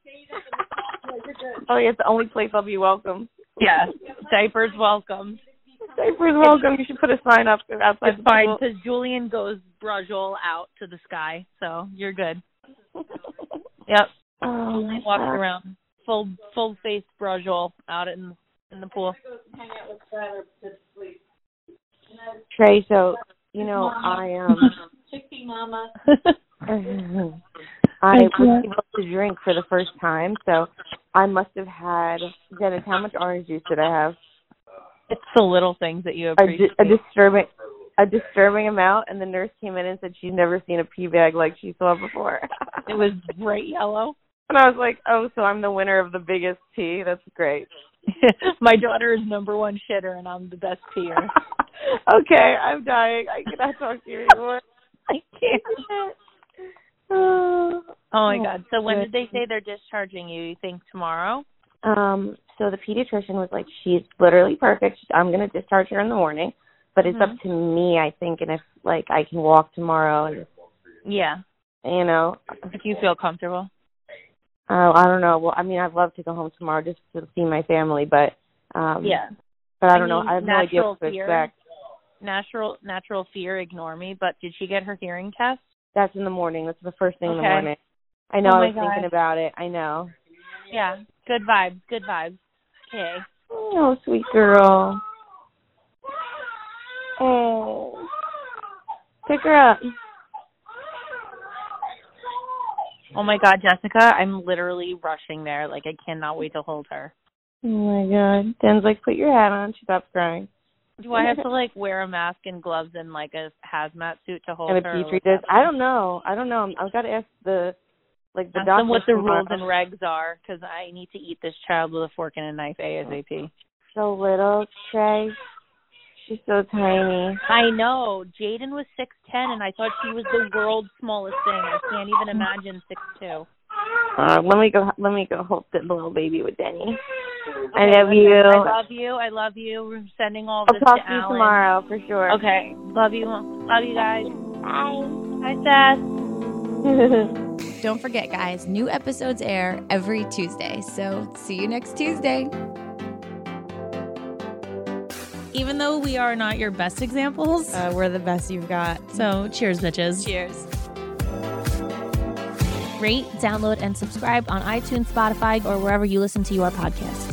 Oh, yeah, it's the only place I'll be welcome. Yeah, diapers welcome. Diapers welcome. You should put a sign up outside It's the fine school. because Julian goes brudgel out to the sky, so you're good. Yep. Oh, Julian my walks God. around full full face brudgel out in in the pool. Trey, so you know I um Chickpea mama. I Thank you. was able to drink for the first time, so I must have had Dennis. How much orange juice did I have? It's the little things that you A, di- appreciate. a disturbing, a disturbing amount. And the nurse came in and said she's never seen a pee bag like she saw before. it was bright yellow. And I was like, oh, so I'm the winner of the biggest pee. That's great. My daughter is number one shitter, and I'm the best peer. Okay, I'm dying. I cannot talk to you anymore. I can't. oh my god! So when did they say they're discharging you? You think tomorrow? Um, so the pediatrician was like, she's literally perfect. I'm going to discharge her in the morning, but it's up Mhm. to me, I think, and if like I can walk tomorrow, and Yeah. you know, If you feel comfortable. oh, I don't know. Well, I mean, I'd love to go home tomorrow just to see my family, but um, yeah. but I don't know. mean, I have no idea natural what to fear- expect. Natural natural fear, ignore me. But did she get her hearing test? That's in the morning. That's the first thing in the Okay. morning. I know. Oh I my was thinking God. about it. I know. Yeah. Good vibes. Good vibes. Okay. Oh, sweet girl. Oh, pick her up. Oh my God, Jessica! I'm literally rushing there. Like I cannot wait to hold her. Oh my God. Dan's like, put your hat on. She stops crying. Do I have to like wear a mask and gloves and like a hazmat suit to hold and a Oh, her? or petri what's dish. happening? I don't know. I don't know. I'm- I've got to ask the like the Ask doctor them what the tomorrow. rules and regs are because I need to eat this child with a fork and a knife ASAP. So little Trey. She's so tiny. I know. Jaden was 6'10 and I thought she was the world's smallest thing. I can't even imagine 6'2. Uh, let me go. Let me go hold the little baby with Denny. I Okay, love listen, you. I love you. I love you. We're sending all I'll this talk to, to you Alan. tomorrow for sure. Okay. Love you. Love you guys. Bye. Bye, Seth. Don't forget, guys, new episodes air every Tuesday. So see you next Tuesday. Even though we are not your best examples, uh, we're the best you've got. So cheers, bitches. Cheers. Rate, download, and subscribe on iTunes, Spotify, or wherever you listen to your podcast.